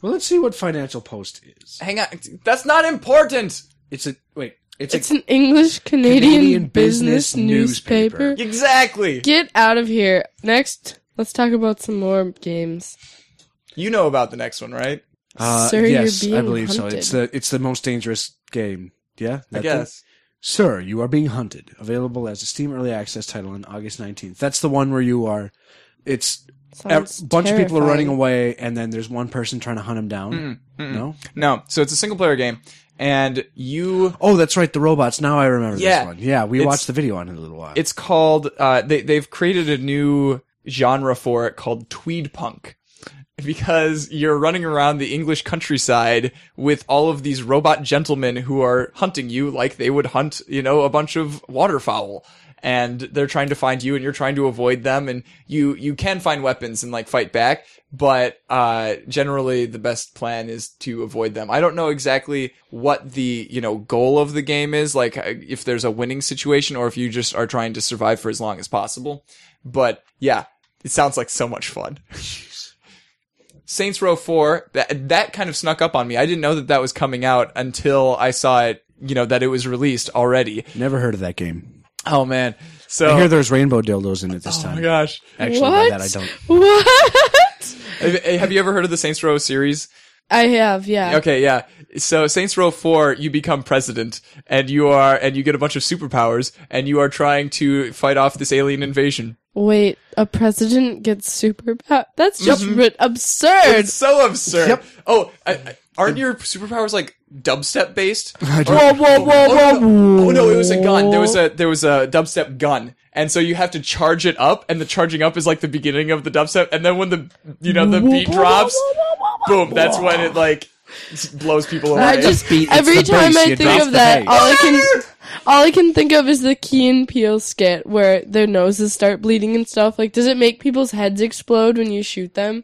Speaker 1: Well, let's see what Financial Post is.
Speaker 2: Hang on, that's not important.
Speaker 1: It's a wait. It's,
Speaker 3: It's
Speaker 1: a
Speaker 3: an English Canadian,
Speaker 1: Canadian
Speaker 3: business,
Speaker 1: business
Speaker 3: newspaper.
Speaker 1: newspaper.
Speaker 2: Exactly.
Speaker 3: Get out of here. Next, let's talk about some more games.
Speaker 2: You know about the next one, right?
Speaker 1: uh,
Speaker 3: Sir, you're
Speaker 1: yes, I
Speaker 3: being
Speaker 1: believe so.
Speaker 3: hunted.
Speaker 1: It's the it's the most dangerous game. Yeah,
Speaker 2: I
Speaker 1: That's it?
Speaker 2: guess.
Speaker 1: Sir, you are being hunted. Available as a Steam Early Access title on August nineteenth. That's the one where you are. It's a bunch
Speaker 3: Sounds
Speaker 1: of people are running
Speaker 3: terrifying.
Speaker 1: away, and then there's one person trying to hunt them down.
Speaker 2: Mm-hmm,
Speaker 1: No.
Speaker 2: No, so it's a single player game, and you.
Speaker 1: Oh, that's right. The robots. Now I remember
Speaker 2: Yeah.
Speaker 1: this one. Yeah, we
Speaker 2: It's-
Speaker 1: watched the video on it a little while.
Speaker 2: It's called. Uh, they they've created a new genre for it called tweed punk, because you're running around the English countryside with all of these robot gentlemen who are hunting you like they would hunt, you know, a bunch of waterfowl. and they're trying to find you and you're trying to avoid them and you you can find weapons and like fight back but uh generally the best plan is to avoid them i don't know exactly what the you know goal of the game is like uh, if there's a winning situation or if you just are trying to survive for as long as possible but yeah it sounds like so much fun Saints Row 4, that, that kind of snuck up on me. I didn't know that that was coming out until I saw it, you know, that it was released already.
Speaker 1: Never heard of that game.
Speaker 2: Oh man. So,
Speaker 1: I hear there's rainbow dildos in it this
Speaker 2: oh
Speaker 1: time.
Speaker 2: my gosh.
Speaker 1: Actually, by
Speaker 3: what?
Speaker 1: that I don't.
Speaker 3: What?
Speaker 2: Have, eh, have you ever heard of the Saints Row series?
Speaker 3: I have, yeah.
Speaker 2: Okay, yeah. So Saints Row 4, you become president and you are, and you get a bunch of superpowers and you are trying to fight off this alien invasion.
Speaker 3: Wait, a president gets super pow- That's just
Speaker 1: Mm-hmm.
Speaker 3: ri- absurd.
Speaker 2: It's so absurd.
Speaker 1: Yep.
Speaker 2: Oh, I, I, aren't your superpowers like dubstep based?
Speaker 3: Whoa, whoa, whoa,
Speaker 2: Oh
Speaker 3: whoa,
Speaker 2: no,
Speaker 3: whoa.
Speaker 2: oh no, it was a gun. There was a there was a dubstep gun. And so you have to charge it up, and the charging up is like the beginning of the dubstep, and then when the you know the beat drops, boom, that's when it like s- blows people away.
Speaker 3: I just
Speaker 1: beat, it's
Speaker 3: every
Speaker 1: the
Speaker 3: time
Speaker 1: bass,
Speaker 3: I
Speaker 1: you
Speaker 3: think
Speaker 1: drop
Speaker 3: of
Speaker 1: the
Speaker 3: that,
Speaker 1: bass.
Speaker 3: all I can all I can think of is the Keen Peel skit where their noses start bleeding and stuff. Like, does it make people's heads explode when you shoot them?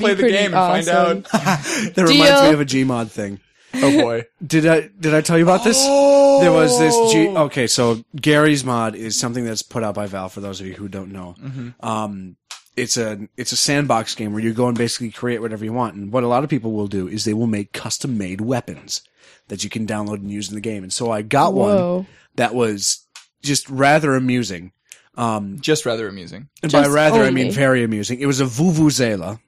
Speaker 2: play the
Speaker 3: pretty
Speaker 2: game and find
Speaker 3: awesome.
Speaker 2: out.
Speaker 1: That reminds me
Speaker 3: Deal.
Speaker 1: of a Gmod thing.
Speaker 2: Oh boy.
Speaker 1: Did I did I tell you about this?
Speaker 2: Oh,
Speaker 1: There was this G.
Speaker 3: Oh.
Speaker 1: Okay, so Gary's mod is something that's put out by Valve. For those of you who don't know,
Speaker 3: Mm-hmm.
Speaker 1: um, it's a it's a sandbox game where you go and basically create whatever you want. And what a lot of people will do is they will make custom made weapons that you can download and use in the game. And so I got one
Speaker 3: Whoa.
Speaker 1: that was just rather amusing. Um,
Speaker 2: Just rather amusing.
Speaker 1: and by
Speaker 3: Just
Speaker 1: rather I mean
Speaker 3: only.
Speaker 1: very amusing. It was a vuvuzela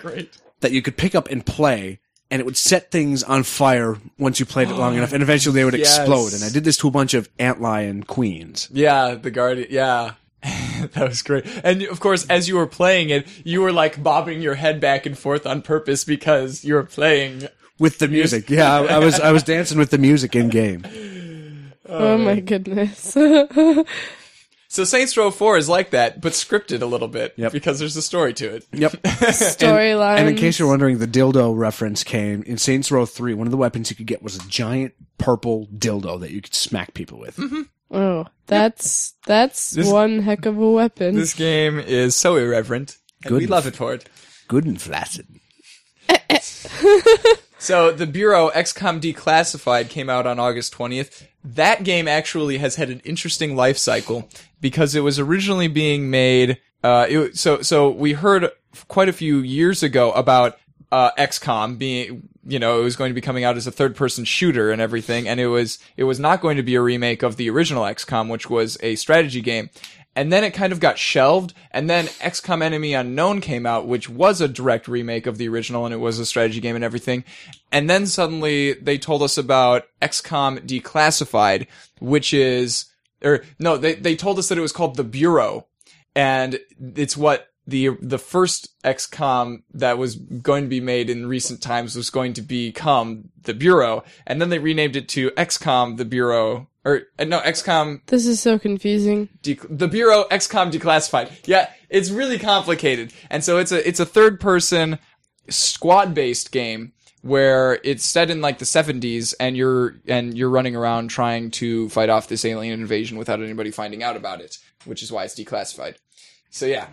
Speaker 2: Great.
Speaker 1: that you could pick up and play and it would set things on fire once you played it long enough and eventually they would
Speaker 2: Yes.
Speaker 1: explode and i did this to a bunch of antlion queens
Speaker 2: Yeah, the guardian. Yeah. that was great. And of course, as you were playing it, you were like bobbing your head back and forth on purpose because you were playing.
Speaker 1: with the music yeah I, I was i was dancing with the music in game
Speaker 3: Oh my goodness. Wait,
Speaker 2: So Saints Row 4 is like that, but scripted a little bit
Speaker 1: Yep.
Speaker 2: because there's a story to it.
Speaker 1: yep
Speaker 3: Storylines.
Speaker 1: and in case you're wondering the dildo reference came in saints row 3 one of the weapons you could get was a giant purple dildo that you could smack people with
Speaker 3: oh, that's that's
Speaker 2: This-
Speaker 3: one heck of a weapon.
Speaker 2: This game is so irreverent, and we
Speaker 1: Goodness.
Speaker 2: love it for it.
Speaker 1: good and flaccid
Speaker 2: So the Bureau XCOM Declassified came out on August 20th. That game actually has had an interesting life cycle because it was originally being made. Uh, it, so so we heard quite a few years ago about uh, XCOM being, you know, it was going to be coming out as a third-person shooter and everything, and it was it was not going to be a remake of the original XCOM, which was a strategy game. And then it kind of got shelved, and then XCOM Enemy Unknown came out, which was a direct remake of the original, and it was a strategy game and everything. And then suddenly they told us about XCOM Declassified, which is, or no, they, they told us that it was called The Bureau, and it's what the the first XCOM that was going to be made in recent times was going to become The Bureau, and then they renamed it to XCOM The Bureau, or uh, no, XCOM
Speaker 3: this is so confusing.
Speaker 2: de- the Bureau XCOM declassified. Yeah, it's really complicated, and so it's a it's a third person squad based game where it's set in like the 70s and you're and you're running around trying to fight off this alien invasion without anybody finding out about it, which is why it's declassified. So yeah.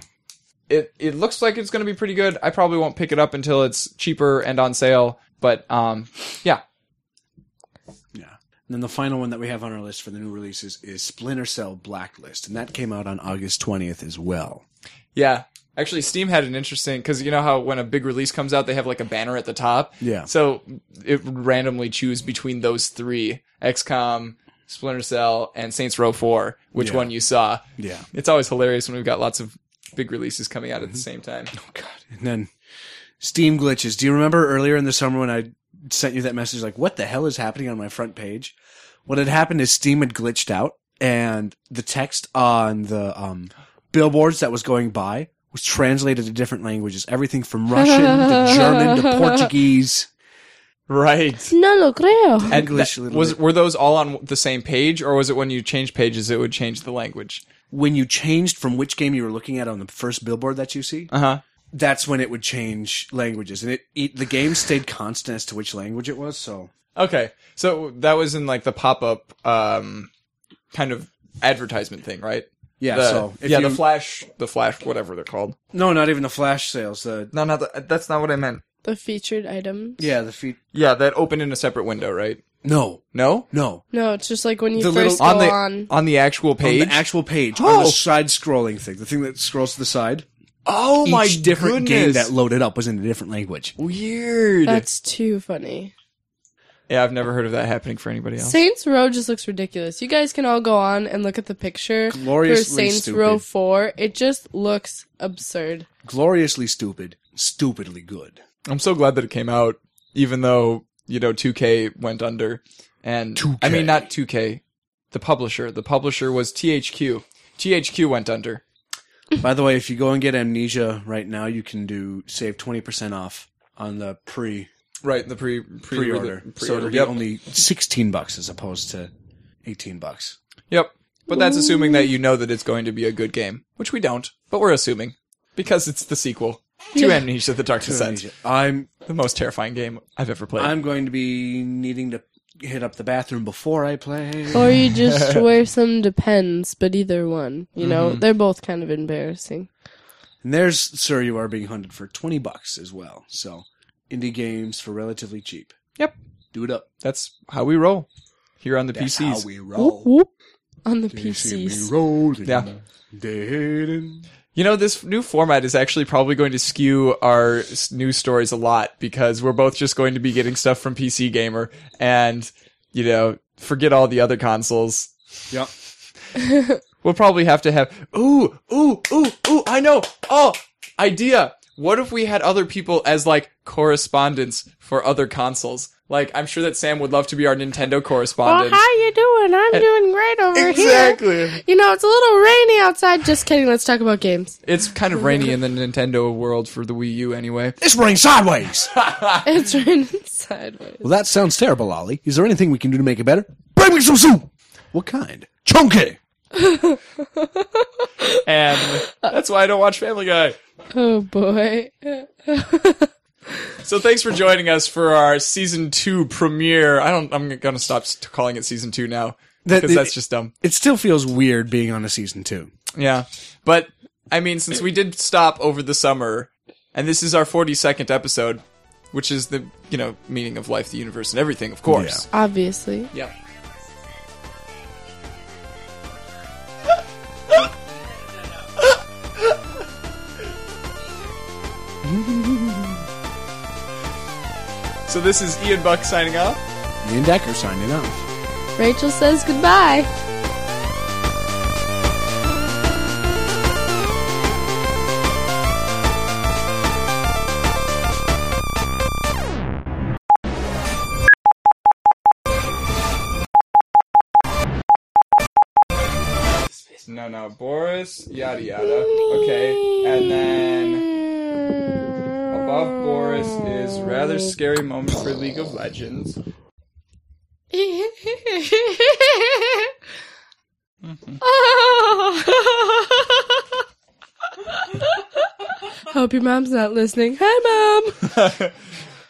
Speaker 2: It it looks like it's going to be pretty good. I probably won't pick it up until it's cheaper and on sale, but um yeah.
Speaker 1: Yeah. And then the final one that we have on our list for the new releases is Splinter Cell Blacklist, and that came out on August 20th as well.
Speaker 2: Yeah. Actually, Steam had an interesting because you know how when a big release comes out, they have like a banner at the top.
Speaker 1: Yeah.
Speaker 2: So it would randomly choose between those three: XCOM, Splinter Cell, and Saints Row Four. Which
Speaker 1: Yeah.
Speaker 2: one you saw?
Speaker 1: Yeah.
Speaker 2: It's always hilarious when we've got lots of big releases coming out at the same time.
Speaker 1: God. And then Steam glitches. Do you remember earlier in the summer when I sent you that message like what the hell is happening on my front page? What had happened is Steam had glitched out and the text on the um, billboards that was going by was translated to different languages, everything from Russian to German to Portuguese.
Speaker 2: Right.
Speaker 3: No lo creo.
Speaker 2: And
Speaker 1: English
Speaker 2: that-
Speaker 1: a little
Speaker 2: was
Speaker 1: bit.
Speaker 2: were those all on the same page, or was it when you change pages it would change the language?
Speaker 1: When you changed from which game you were looking at on the first billboard that you see,
Speaker 2: Uh huh.
Speaker 1: that's when it would change languages, and it, it the game stayed constant as to which language it was. So
Speaker 2: Okay, so that was in like the pop up um, kind of advertisement thing, right?
Speaker 1: Yeah,
Speaker 2: The-
Speaker 1: so if
Speaker 2: yeah,
Speaker 1: you,
Speaker 2: the flash, the flash, whatever they're called.
Speaker 1: no, not even the flash sales. The
Speaker 2: No, no, the, that's not what I meant.
Speaker 3: The featured items.
Speaker 1: yeah, the feet.
Speaker 2: Yeah, that opened in a separate window, right?
Speaker 1: No,
Speaker 2: No,
Speaker 1: no,
Speaker 3: No, it's just like when you
Speaker 1: The little-
Speaker 3: first go
Speaker 2: on the
Speaker 3: on.
Speaker 2: on the actual page.
Speaker 1: on the actual page, on
Speaker 2: Oh.
Speaker 1: the side-scrolling thing, the thing that scrolls to the side.
Speaker 2: oh my
Speaker 1: Each different game
Speaker 2: goodness.
Speaker 1: that loaded up was in a different language.
Speaker 2: Weird.
Speaker 3: That's too funny.
Speaker 2: yeah, I've never heard of that happening for anybody
Speaker 1: Oh.
Speaker 2: else.
Speaker 3: Saints Row just looks ridiculous. You guys can all go on and look at the picture for
Speaker 1: Gloriously
Speaker 3: Saints
Speaker 1: stupid.
Speaker 3: Row 4. It just looks absurd.
Speaker 1: Gloriously stupid, stupidly good.
Speaker 2: I'm so glad that it came out, even though you know 2K went under, and
Speaker 1: 2K.
Speaker 2: I mean not 2K, the publisher. The publisher was THQ. THQ went under.
Speaker 1: By the way, if you go and get Amnesia right now, you can do save twenty percent off on the pre
Speaker 2: Right, the pre
Speaker 1: pre-order. so it'll be
Speaker 2: yep.
Speaker 1: only sixteen bucks as opposed to eighteen bucks.
Speaker 2: yep. But that's assuming that you know that it's going to be a good game, which we don't. But we're assuming because it's the sequel to
Speaker 3: Yeah.
Speaker 2: Amnesia: The Dark Descent,
Speaker 1: Amnesia. I'm
Speaker 2: the most terrifying game I've ever played.
Speaker 1: I'm going to be needing to hit up the bathroom before I play.
Speaker 2: Oh,
Speaker 3: Or you just wear some depends, but either one. You know,
Speaker 1: Mm-hmm.
Speaker 3: they're both kind of embarrassing.
Speaker 1: And there's Sir You Are Being Hunted for twenty bucks as well. So indie games for relatively cheap.
Speaker 2: Yep.
Speaker 1: Do it up.
Speaker 2: that's how we roll here on the
Speaker 1: That's
Speaker 2: PCs.
Speaker 1: how we roll.
Speaker 3: Whoop, on the
Speaker 1: You see me
Speaker 3: PCs.
Speaker 1: rolling.
Speaker 2: Yeah.
Speaker 1: Dead
Speaker 2: You know, this new format is actually probably going to skew our s- news stories a lot because we're both just going to be getting stuff from PC Gamer and, you know, forget all the other consoles.
Speaker 1: Yep.
Speaker 2: We'll probably have to have, ooh, ooh, ooh, ooh, I know. Oh, idea. What if we had other people as like correspondents for other consoles? Like, I'm sure that Sam would love to be our Nintendo correspondent.
Speaker 3: Oh, you doing?
Speaker 1: Eh,
Speaker 3: I'm doing great over
Speaker 2: exactly.
Speaker 3: You know, it's a little rainy outside. Just kidding. Let's talk about games.
Speaker 2: It's kind of rainy in the Nintendo world for the Wii U anyway.
Speaker 1: It's running sideways.
Speaker 3: It's raining sideways.
Speaker 1: Well, that sounds terrible, Ollie. Is there anything we can do to make it better? Bring me some soup. What kind? Chunky.
Speaker 2: And that's why I don't watch Family Guy.
Speaker 3: Oh boy.
Speaker 2: So thanks for joining us for our season two premiere. I don't. I'm gonna stop s- calling it season two now
Speaker 1: That-
Speaker 2: because that's just dumb.
Speaker 1: It still feels weird being on a season two.
Speaker 2: Yeah, but I mean, since we did stop over the summer, and this is our 42nd episode, which is the you know meaning of life, the universe, and everything, of course.
Speaker 3: Obviously.
Speaker 2: Yeah. so this is Ian Buck signing off.
Speaker 1: Me and Decker signing off.
Speaker 3: Rachel says goodbye.
Speaker 2: No, no, Boris, yada yada. Okay, and then above Boris is rather scary moment for League of Legends.
Speaker 3: Hope your mom's not listening. Hi, mom.